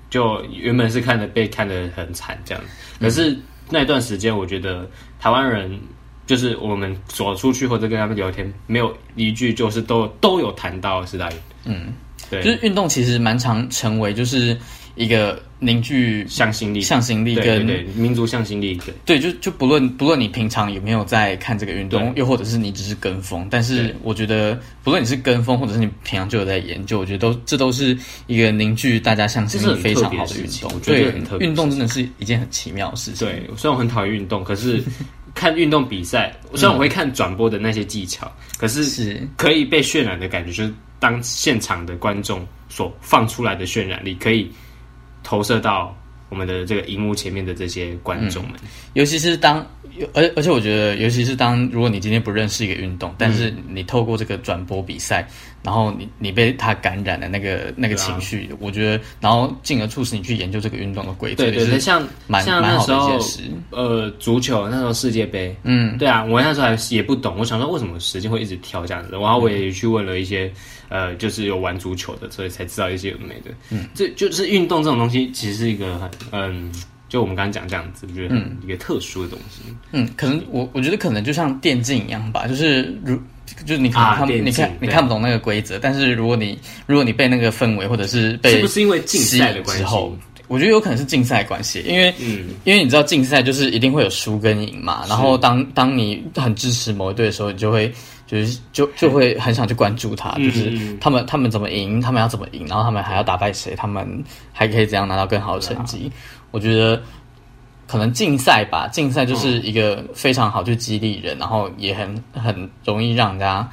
[SPEAKER 3] 就原本是看的被看得很惨这样，
[SPEAKER 1] 嗯
[SPEAKER 3] 可是那段时间我觉得台湾人就是我们所出去或者跟他们聊天，没有一句就是都都有谈到师大运。
[SPEAKER 1] 嗯，
[SPEAKER 3] 对，
[SPEAKER 1] 就是运动其实蛮常成为就是一个凝聚
[SPEAKER 3] 向心力，
[SPEAKER 1] 向心力
[SPEAKER 3] 对
[SPEAKER 1] 跟
[SPEAKER 3] 对对，民族向心力，对，
[SPEAKER 1] 对，就就不论不论你平常有没有在看这个运动，又或者是你只是跟风，但是
[SPEAKER 3] 对
[SPEAKER 1] 我觉得不论你是跟风，或者是你平常就有在研究，我觉得都这都是一个凝聚大家向心
[SPEAKER 3] 这是
[SPEAKER 1] 力
[SPEAKER 3] 很
[SPEAKER 1] 非常好
[SPEAKER 3] 特
[SPEAKER 1] 的
[SPEAKER 3] 别
[SPEAKER 1] 运
[SPEAKER 3] 的事情
[SPEAKER 1] 动。
[SPEAKER 3] 我觉得
[SPEAKER 1] 对
[SPEAKER 3] 很特，别的
[SPEAKER 1] 运动真的是一件很奇妙的事情。
[SPEAKER 3] 对，虽然我很讨厌运动，可是看运动比赛，虽然我会看转播的那些技巧，可是
[SPEAKER 1] 嗯是
[SPEAKER 3] 可以被渲染的感觉，就是当现场的观众所放出来的渲染力，可以投射到我们的这个荧幕前面的这些观众们。
[SPEAKER 1] 尤其是当，而而且我觉得，尤其是当，如果你今天不认识一个运动，但
[SPEAKER 3] 嗯
[SPEAKER 1] 是你透过这个转播比赛，然后你你被它感染的那个那个
[SPEAKER 3] 对啊
[SPEAKER 1] 情绪，我觉得，然后进而促使你去研究这个运动的规则，
[SPEAKER 3] 对对
[SPEAKER 1] 也
[SPEAKER 3] 对，
[SPEAKER 1] 是
[SPEAKER 3] 像
[SPEAKER 1] 蛮
[SPEAKER 3] 像
[SPEAKER 1] 蛮
[SPEAKER 3] 那
[SPEAKER 1] 好
[SPEAKER 3] 时
[SPEAKER 1] 的一
[SPEAKER 3] 候
[SPEAKER 1] 件事。
[SPEAKER 3] 呃，足球那时候世界杯，
[SPEAKER 1] 嗯，
[SPEAKER 3] 对啊，我那时候还也不懂，我想说为什么时间会一直跳这样子，然后我也去问了一些，
[SPEAKER 1] 嗯
[SPEAKER 3] 呃，就是有玩足球的，所以才知道一些有没的。嗯，这就是运动这种东西，其实是一个很嗯，就我们刚刚讲这样子，我觉得很一个特殊的东西。
[SPEAKER 1] 嗯，可能我我觉得可能就像电竞一样吧，就是如就是你可能
[SPEAKER 3] 啊
[SPEAKER 1] 看不、
[SPEAKER 3] 电
[SPEAKER 1] 你看
[SPEAKER 3] 竞
[SPEAKER 1] 你
[SPEAKER 3] 对
[SPEAKER 1] 看不懂那个规则，但是如果你如果你被那个氛围或者是被
[SPEAKER 3] 是不是因为竞赛的关
[SPEAKER 1] 吸引之
[SPEAKER 3] 系嗯
[SPEAKER 1] 后？我觉得有可能是竞赛关系，因为、因为你知道竞赛就是一定会有输跟赢嘛，然后当当你很支持某一队的时候，你就会就是就就会很想去关注他，
[SPEAKER 3] 嗯
[SPEAKER 1] 就是他们他们怎么赢，他们要怎么赢，然后他们还要打败谁，他们还可以怎样拿到更好的成绩。
[SPEAKER 3] 啊
[SPEAKER 1] 我觉得可能竞赛吧，竞赛就是
[SPEAKER 3] 嗯
[SPEAKER 1] 一个非常好去激励人，然后也很很容易让人家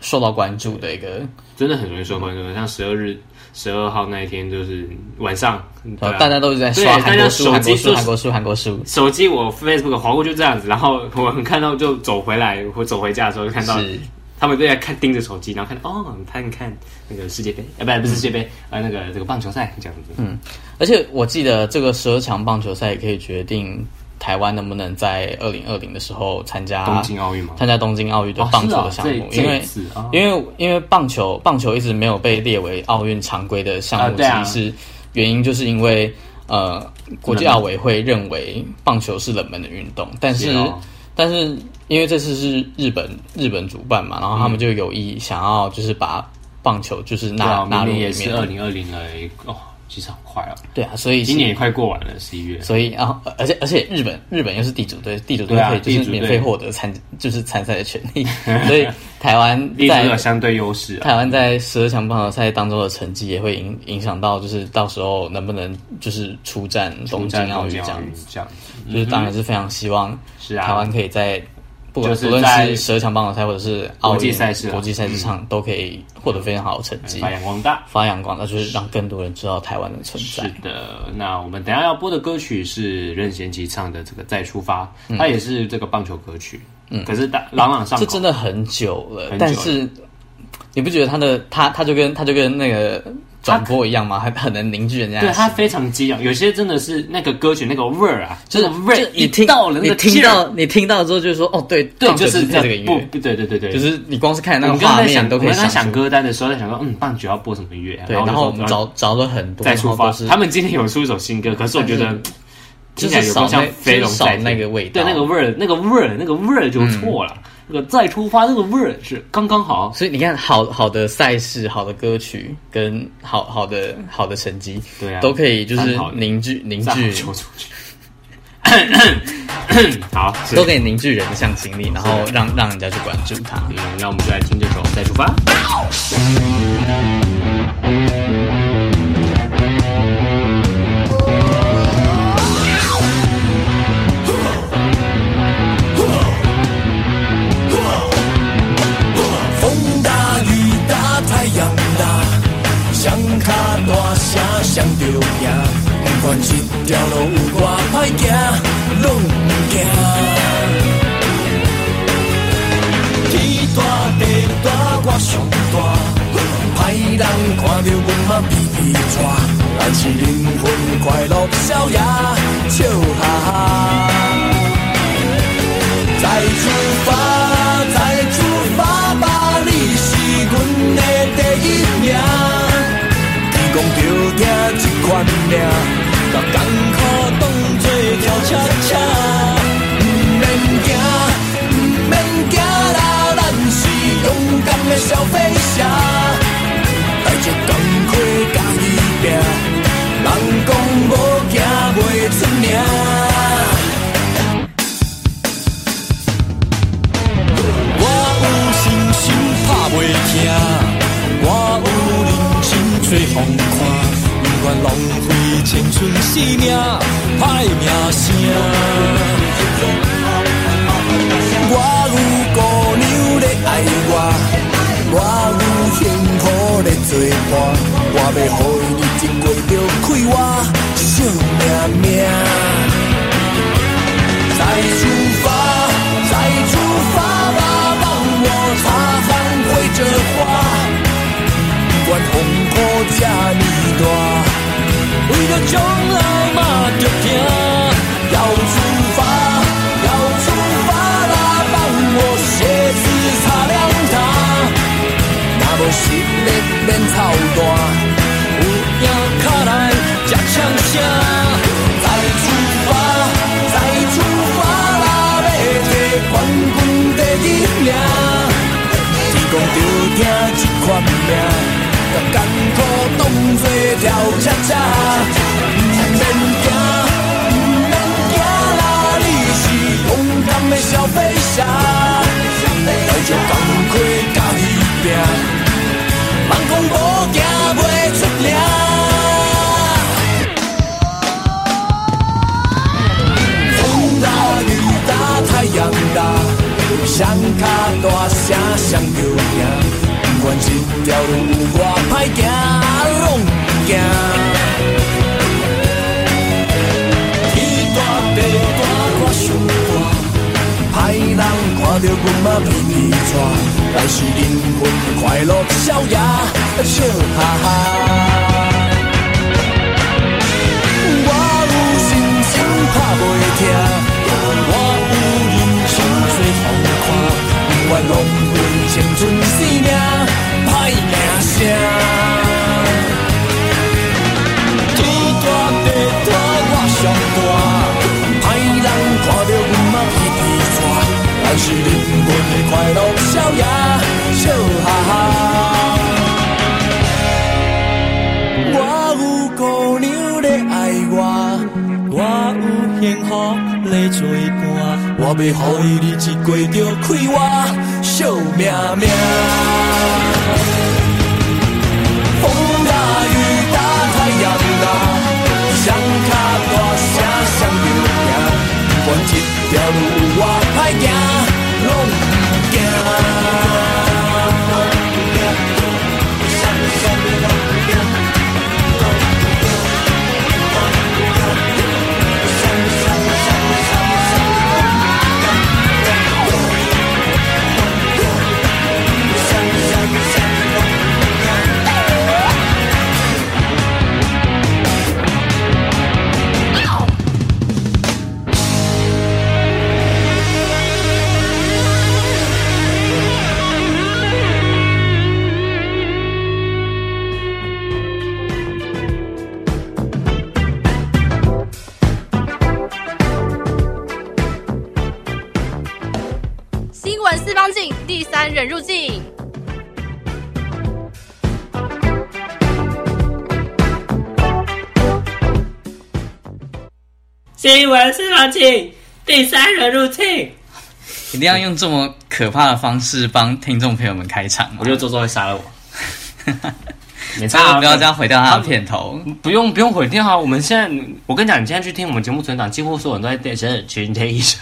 [SPEAKER 1] 受到关注的一个
[SPEAKER 3] 真的很容易受关注。像十二日、十二号那一天，就是晚上，对啊
[SPEAKER 1] 大家都是在刷
[SPEAKER 3] 对
[SPEAKER 1] 韩
[SPEAKER 3] 大
[SPEAKER 1] 国
[SPEAKER 3] 家
[SPEAKER 1] 书、韩
[SPEAKER 3] 手
[SPEAKER 1] 国
[SPEAKER 3] 机
[SPEAKER 1] 书、
[SPEAKER 3] 就
[SPEAKER 1] 韩
[SPEAKER 3] 是
[SPEAKER 1] 国书、韩国书。
[SPEAKER 3] 手机我 Facebook 划过就这样子，然后我看到就走回来，我走回家的时候就看到
[SPEAKER 1] 是，
[SPEAKER 3] 他们都在看盯着手机，然后看哦，他们看那个世界杯，啊，不不是世界杯，啊，那个这个棒球赛这样子。嗯，
[SPEAKER 1] 而且我记得这个十二强棒球赛也可以决定台湾能不能在二零二零的时候参加
[SPEAKER 3] 东京奥运吗？
[SPEAKER 1] 参加东京奥运的
[SPEAKER 3] 哦
[SPEAKER 1] 棒球
[SPEAKER 3] 是哦
[SPEAKER 1] 的项目，因
[SPEAKER 3] 这
[SPEAKER 1] 为
[SPEAKER 3] 这一次哦
[SPEAKER 1] 因为因为棒球棒球一直没有被列为奥运常规的项目
[SPEAKER 3] 啊
[SPEAKER 1] 之
[SPEAKER 3] 对啊
[SPEAKER 1] 一，是原因就是因为呃国际奥委会认为棒球是冷门的运动，但是
[SPEAKER 3] 是哦
[SPEAKER 1] 但是因为这次是日本日本主办嘛，然后他们就有意想要就是把棒球就是
[SPEAKER 3] 对
[SPEAKER 1] 纳
[SPEAKER 3] 啊，
[SPEAKER 1] 纳
[SPEAKER 3] 明
[SPEAKER 1] 入
[SPEAKER 3] 年也
[SPEAKER 1] 里
[SPEAKER 3] 是
[SPEAKER 1] 面
[SPEAKER 3] 二
[SPEAKER 1] 的，
[SPEAKER 3] 零二零了，哎哦，其实好快哦，
[SPEAKER 1] 对啊，所以
[SPEAKER 3] 今
[SPEAKER 1] 是
[SPEAKER 3] 年也快过完了，十一月。
[SPEAKER 1] 所以，然后，而且而且，日本日本又是地主队，地主队
[SPEAKER 3] 对啊
[SPEAKER 1] 可以就
[SPEAKER 3] 地
[SPEAKER 1] 是
[SPEAKER 3] 主
[SPEAKER 1] 免
[SPEAKER 3] 队
[SPEAKER 1] 费获得参就是参赛的权利， 所以台湾
[SPEAKER 3] 立足有
[SPEAKER 1] 在
[SPEAKER 3] 相对优势啊，
[SPEAKER 1] 台湾在十二强棒球赛当中的成绩也会影影响到，就是到时候能不能就是出战东京奥运这样子，
[SPEAKER 3] 这样子，
[SPEAKER 1] 就是当然是非常希望
[SPEAKER 3] 是啊，
[SPEAKER 1] 台湾可以在不管
[SPEAKER 3] 就是
[SPEAKER 1] 不论
[SPEAKER 3] 在
[SPEAKER 1] 是十二强棒球赛或者是奥运
[SPEAKER 3] 国际赛事啊嗯
[SPEAKER 1] 国际赛事上都可以获得非常好的成绩
[SPEAKER 3] 发，扬光大。
[SPEAKER 1] 发扬光大，就是让更多人知道台湾的存
[SPEAKER 3] 是
[SPEAKER 1] 在。
[SPEAKER 3] 的，那我们等一下要播的歌曲是任贤齐唱的这个《再出发》，它也是这个棒球歌曲，嗯，可是大朗朗上口，
[SPEAKER 1] 嗯这真的很久了，
[SPEAKER 3] 很久了
[SPEAKER 1] 但是你不觉得他的他他就跟他就跟那个转播一样吗？很很能凝聚人家的
[SPEAKER 3] 对
[SPEAKER 1] 心，
[SPEAKER 3] 它非常激昂，有些真的是那个歌曲那个味儿啊，
[SPEAKER 1] 就是
[SPEAKER 3] 那个味
[SPEAKER 1] 就
[SPEAKER 3] 儿
[SPEAKER 1] 是你
[SPEAKER 3] 一
[SPEAKER 1] 听
[SPEAKER 3] 到了那
[SPEAKER 1] 你
[SPEAKER 3] 个
[SPEAKER 1] 听
[SPEAKER 3] 劲儿
[SPEAKER 1] 到你听到之后就说哦，对
[SPEAKER 3] 对，
[SPEAKER 1] 棒球
[SPEAKER 3] 就是
[SPEAKER 1] 是配这个音
[SPEAKER 3] 不
[SPEAKER 1] 乐，，
[SPEAKER 3] 不对对对对，
[SPEAKER 1] 就是你光是看那
[SPEAKER 3] 我
[SPEAKER 1] 个
[SPEAKER 3] 们刚
[SPEAKER 1] 画
[SPEAKER 3] 才
[SPEAKER 1] 面
[SPEAKER 3] 想，
[SPEAKER 1] 都
[SPEAKER 3] 我
[SPEAKER 1] 可以
[SPEAKER 3] 们刚才
[SPEAKER 1] 想
[SPEAKER 3] 想
[SPEAKER 1] 出
[SPEAKER 3] 歌单的时候在想说，嗯，棒球要播什么乐啊？
[SPEAKER 1] 对，然后我们
[SPEAKER 3] 就说
[SPEAKER 1] 找找了很多，
[SPEAKER 3] 再出
[SPEAKER 1] 然
[SPEAKER 3] 发
[SPEAKER 1] 后都，是
[SPEAKER 3] 他们今天有出一首新歌，可是我觉得
[SPEAKER 1] 但就
[SPEAKER 3] 听
[SPEAKER 1] 是
[SPEAKER 3] 起来
[SPEAKER 1] 少
[SPEAKER 3] 有点像
[SPEAKER 1] 那
[SPEAKER 3] 飞龙
[SPEAKER 1] 就是少
[SPEAKER 3] 在天
[SPEAKER 1] 那个味道嗯
[SPEAKER 3] 对，那个味儿，那个味儿，那个味儿就错了。那个再出发，那个味儿是刚刚好。
[SPEAKER 1] 所以你看，好好的赛事、好的歌曲跟好好的好的成绩，
[SPEAKER 3] 对啊
[SPEAKER 1] 都可以就是
[SPEAKER 3] 蛮好的
[SPEAKER 1] 凝聚凝
[SPEAKER 3] 再
[SPEAKER 1] 聚
[SPEAKER 3] 球出去， 好，是
[SPEAKER 1] 都可以凝聚人的向心力，然后让让人家去关注它。
[SPEAKER 3] 嗯，那我们就来听这首《再出发》。
[SPEAKER 5] 风大雨大太阳大，双脚大声双着行，不管一条路有偌歹行，拢毋惊。天大地大我上大，歹人看着阮嘛皮皮喘，咱是灵魂快乐逍遥笑哈哈。再出发，再出发吧，你是阮的第一名。天公着疼一款命，把艰苦当作跳恰恰，毋免惊，毋免惊啦，咱是勇敢的小飞侠。带着钢盔甲伊拼，人讲无惊袂出名。我有信心打袂疼，我有人生做风看，不愿浪费青春生命，歹名声。我有姑娘咧爱我，我有幸福咧做伴，我要予伊日子过着快活，惜命命。再出发，再出发吧，让我擦汗挥着花。不管风雨这么大，为了将来嘛着拼。要出发，要出发啦，让我鞋子擦亮它。若无实力免操蛋，有影脚来吃枪声。再出发，再出发啦！要摕冠军第一名。天公着疼这款命，把艰苦当作跳恰恰，毋着阮嘛鼻鼻喘，来是灵魂快乐逍遥，笑哈哈。我有心情拍袂停，我有人生做好看，不愿浪费青春生命，歹名声。天大地大我上大，歹人看着阮嘛皮皮喘，但是灵魂的快乐逍遥，笑哈哈。我有姑娘咧爱我，我有幸福咧做伴，我要予伊日子过着快活，惜命命。风大雨大太阳大，双脚大声双流行，不管一条路有我歹行，拢不惊。
[SPEAKER 6] 新闻四方镜，第三人入境。
[SPEAKER 7] 新闻四方镜，第三人入侵。
[SPEAKER 1] 一定要用这么可怕的方式帮听众朋友们开场吗
[SPEAKER 3] 我觉？得周周会杀 了我。没
[SPEAKER 1] 大
[SPEAKER 3] 差啊
[SPEAKER 1] 家不要这样，毁掉他
[SPEAKER 3] 他
[SPEAKER 1] 的片头。
[SPEAKER 3] 不用不用毁掉啊！我们现在，我跟你讲，你现在去听我们节目存档，几乎所有人都在电视群天医生，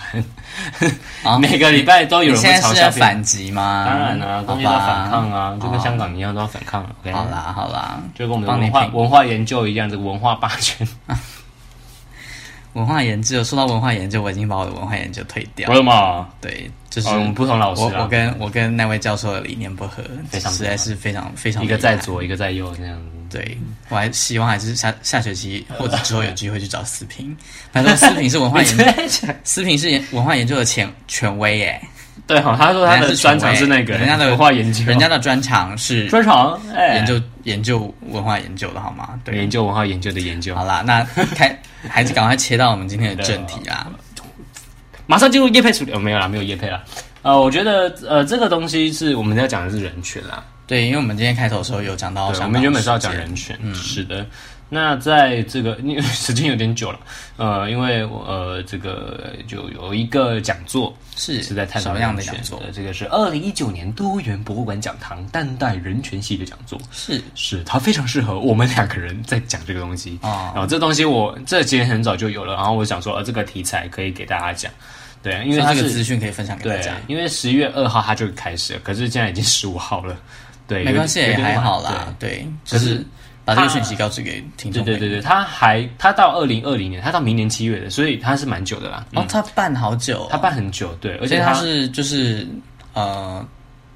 [SPEAKER 1] 啊
[SPEAKER 3] 每个礼拜都
[SPEAKER 1] 你
[SPEAKER 3] 有人会
[SPEAKER 1] 现在
[SPEAKER 3] 嘲
[SPEAKER 1] 是
[SPEAKER 3] 笑
[SPEAKER 1] 在
[SPEAKER 3] 别人
[SPEAKER 1] 反。击吗？
[SPEAKER 3] 当然啦、啊，
[SPEAKER 1] 好
[SPEAKER 3] 东西都要反抗
[SPEAKER 1] 吧。
[SPEAKER 3] 啊，就跟香港一样都要反抗。OK，
[SPEAKER 1] 好，啦好啦，
[SPEAKER 3] 就跟我们的
[SPEAKER 1] 帮
[SPEAKER 3] 文
[SPEAKER 1] 你
[SPEAKER 3] 化
[SPEAKER 1] 评
[SPEAKER 3] 文化研究一样，这个文化霸 权。
[SPEAKER 1] 文化研究，说到文化研究，我已经把我的文化研究退掉。
[SPEAKER 3] 嘛，
[SPEAKER 1] 对，就是
[SPEAKER 3] 哦 我们不同老师
[SPEAKER 1] 我
[SPEAKER 3] 啊
[SPEAKER 1] 我跟我跟那位教授的理念不合，
[SPEAKER 3] 非常
[SPEAKER 1] 实在是非常非常
[SPEAKER 3] 一个在
[SPEAKER 1] 厉害。
[SPEAKER 3] 左，一个在右，这样子。
[SPEAKER 1] 对，我还希望还是下下学期或者之后有机会去找思平。他说思平是文化 研究，
[SPEAKER 3] 哎
[SPEAKER 1] 思平是研文化研究的前权威耶。
[SPEAKER 3] 对哈、他说他
[SPEAKER 1] 人家
[SPEAKER 3] 的
[SPEAKER 1] 是
[SPEAKER 3] 专长
[SPEAKER 1] 权威
[SPEAKER 3] 是那个
[SPEAKER 1] 人家的
[SPEAKER 3] 文化研究，
[SPEAKER 1] 人家的专长是
[SPEAKER 3] 专长哎，
[SPEAKER 1] 研究研究文化研究的好吗？对，
[SPEAKER 3] 研究文化研究的研究
[SPEAKER 1] 好。啦，那开 还是赶快切到我们今天的正题啦。
[SPEAKER 3] 马上进入叶配处理，哦，没有啦，没有叶配啦。呃，我觉得呃，这个东西是我们要讲的是人权啦。
[SPEAKER 1] 对，因为我们今天开头的时候有讲到
[SPEAKER 3] 对，
[SPEAKER 1] 香港事件，
[SPEAKER 3] 我们原本是要讲人权，
[SPEAKER 1] 嗯
[SPEAKER 3] 是的。那在这个因为 时间有点久了，呃，因为我呃这个就有一个讲座
[SPEAKER 1] 是
[SPEAKER 3] 是在探
[SPEAKER 1] 什
[SPEAKER 3] 讨
[SPEAKER 1] 么样
[SPEAKER 3] 人
[SPEAKER 1] 的
[SPEAKER 3] 权呃
[SPEAKER 1] 讲座？
[SPEAKER 3] 这个是二零一九年多元博物馆讲堂当代人权系的讲座，
[SPEAKER 1] 是
[SPEAKER 3] 是它非常适合我们两个人在讲这个东西
[SPEAKER 1] 哦
[SPEAKER 3] 然后这东西我这其实很早就有了，然后我想说，呃，这个题材可以给大家讲，对，因
[SPEAKER 1] 所
[SPEAKER 3] 为
[SPEAKER 1] 以
[SPEAKER 3] 它
[SPEAKER 1] 这个
[SPEAKER 3] 是
[SPEAKER 1] 资讯可以分享给大
[SPEAKER 3] 对
[SPEAKER 1] 家。，
[SPEAKER 3] 因为十一月二号它就开始了，可是现在已经十五号了，对，
[SPEAKER 1] 没关系，
[SPEAKER 3] 有
[SPEAKER 1] 也
[SPEAKER 3] 点
[SPEAKER 1] 还好
[SPEAKER 3] 晚
[SPEAKER 1] 啦
[SPEAKER 3] 对。
[SPEAKER 1] 对，就
[SPEAKER 3] 可是
[SPEAKER 1] 是把这个
[SPEAKER 3] 他
[SPEAKER 1] 讯息告知给听
[SPEAKER 3] 对
[SPEAKER 1] 众。
[SPEAKER 3] 对对对，。他还他到二零二零年，他到明年七月的，所以他是蛮久的啦。
[SPEAKER 1] 哦，他办好久哦，
[SPEAKER 3] 嗯他办很久，对，而
[SPEAKER 1] 所
[SPEAKER 3] 且
[SPEAKER 1] 以
[SPEAKER 3] 他
[SPEAKER 1] 他是就是呃，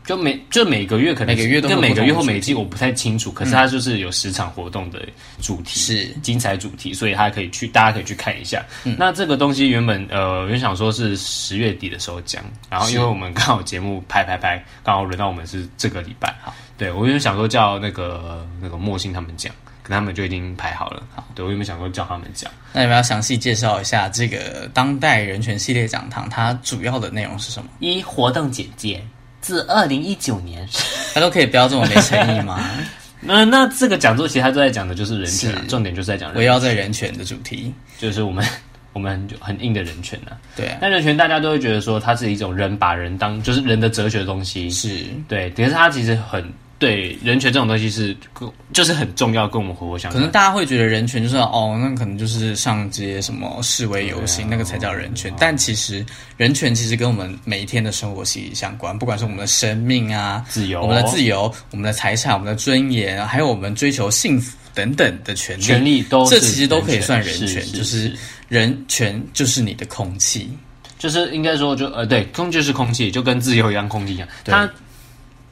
[SPEAKER 3] 就每就每个月可能
[SPEAKER 1] 每个月都会
[SPEAKER 3] 跟
[SPEAKER 1] 有
[SPEAKER 3] 每
[SPEAKER 1] 不
[SPEAKER 3] 个
[SPEAKER 1] 同
[SPEAKER 3] 月
[SPEAKER 1] 的
[SPEAKER 3] 或
[SPEAKER 1] 主
[SPEAKER 3] 每季我不太清楚，可是他就是有十场活动的主题
[SPEAKER 1] 是
[SPEAKER 3] 精彩主题，所以他可以去大家可以去看一下。那这个东西原本呃原想说是十月底的时候讲，然后因为我们刚好节目拍拍拍，刚好轮到我们是这个礼拜，对我原本想说叫那个那个莫信他们讲，可他们就已经排好了。对我原本想说叫他们讲。
[SPEAKER 1] 那你们要详细介绍一下这个当代人权系列讲堂，它主要的内容是什么？
[SPEAKER 3] 一活动简介。自二零一九年，
[SPEAKER 1] 他都可以不要这么没诚意吗？
[SPEAKER 3] 那那这个讲座其实他都在讲的就是人权、啊
[SPEAKER 1] 是，
[SPEAKER 3] 重点就是在讲
[SPEAKER 1] 围
[SPEAKER 3] 人，
[SPEAKER 1] 绕在人权的主题，
[SPEAKER 3] 就是我们我们很很硬的人权啊。
[SPEAKER 1] 对啊，
[SPEAKER 3] 但人权大家都会觉得说，它是一种人把人当，就是人的哲学的东西。
[SPEAKER 1] 是
[SPEAKER 3] 对，可是它其实很对人权这种东西是就是很重要，跟我们活活相
[SPEAKER 1] 可能
[SPEAKER 3] 关。
[SPEAKER 1] 大家会觉得人权就是哦，那可能就是上街什么示威游行，那个才叫人权。但其实人权其实跟我们每一天的生活息息相关，不管是我们的生命啊、
[SPEAKER 3] 自由
[SPEAKER 1] 我们的自由、我们的财产、我们的尊严，还有我们追求幸福等等的权利，
[SPEAKER 3] 权利都是
[SPEAKER 1] 这其实都可以算人
[SPEAKER 3] 人权
[SPEAKER 1] 权，
[SPEAKER 3] 是
[SPEAKER 1] 就是是人权就是你的空气。
[SPEAKER 3] 就是应该说就呃对，空就是空气，就跟自由一样，空气一样，
[SPEAKER 1] 对
[SPEAKER 3] 它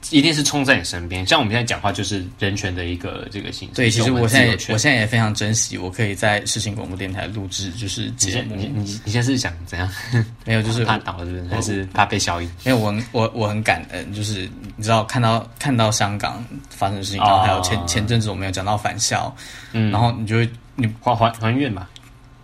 [SPEAKER 3] 一定是冲在你身边。像我们现在讲话就是人权的一个这个形式。
[SPEAKER 1] 对，其实
[SPEAKER 3] 就
[SPEAKER 1] 我
[SPEAKER 3] 们
[SPEAKER 1] 现在
[SPEAKER 3] 自
[SPEAKER 1] 也
[SPEAKER 3] 由权
[SPEAKER 1] 我现在也非常珍惜，我可以在世新广播电台录制就是
[SPEAKER 3] 你
[SPEAKER 1] 节
[SPEAKER 3] 现你
[SPEAKER 1] 目，
[SPEAKER 3] 你你现在是想怎样？
[SPEAKER 1] 没有就是
[SPEAKER 3] 怕倒是不是？还是怕被消音？
[SPEAKER 1] 因为我很我我很感恩，就是你知道看到看到香港发生的事情，
[SPEAKER 3] 哦
[SPEAKER 1] 然后还有前、前阵子我们有讲到返校，
[SPEAKER 3] 嗯，
[SPEAKER 1] 然后你就会你
[SPEAKER 3] 还还还愿吧。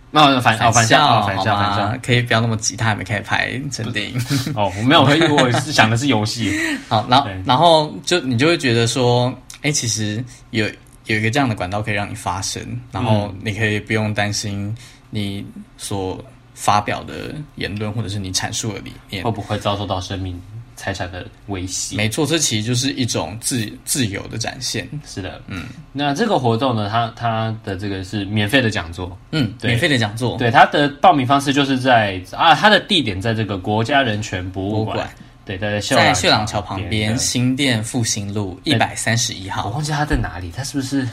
[SPEAKER 3] 那、哦、反哦反
[SPEAKER 1] 校
[SPEAKER 3] 向哦反
[SPEAKER 1] 好
[SPEAKER 3] 向
[SPEAKER 1] 吗
[SPEAKER 3] 反向
[SPEAKER 1] 可以不要那么急，他还没开始拍成电影。
[SPEAKER 3] 哦，我没有，我我是想的是游戏。
[SPEAKER 1] 好，然后
[SPEAKER 3] 对
[SPEAKER 1] 然后就你就会觉得说，哎，其实有有一个这样的管道可以让你发声，然后
[SPEAKER 3] 嗯
[SPEAKER 1] 你可以不用担心你所发表的言论或者是你阐述的理念
[SPEAKER 3] 哦会。不会遭受到生命财产的威胁？
[SPEAKER 1] 没错，这其实就是一种自自由的展现。
[SPEAKER 3] 是的，嗯，那这个活动呢，它它的这个是免费的讲座，
[SPEAKER 1] 嗯，
[SPEAKER 3] 对
[SPEAKER 1] 免费的讲座，
[SPEAKER 3] 对，它的报名方式就是在啊，它的地点在这个国家人权博物
[SPEAKER 1] 博
[SPEAKER 3] 馆
[SPEAKER 1] 物馆，
[SPEAKER 3] 对，在秀
[SPEAKER 1] 在秀
[SPEAKER 3] 秀
[SPEAKER 1] 朗桥旁边
[SPEAKER 3] 的哎
[SPEAKER 1] 新店复兴路一百三十一
[SPEAKER 3] 我
[SPEAKER 1] 号，
[SPEAKER 3] 忘记它在哪里，它是不是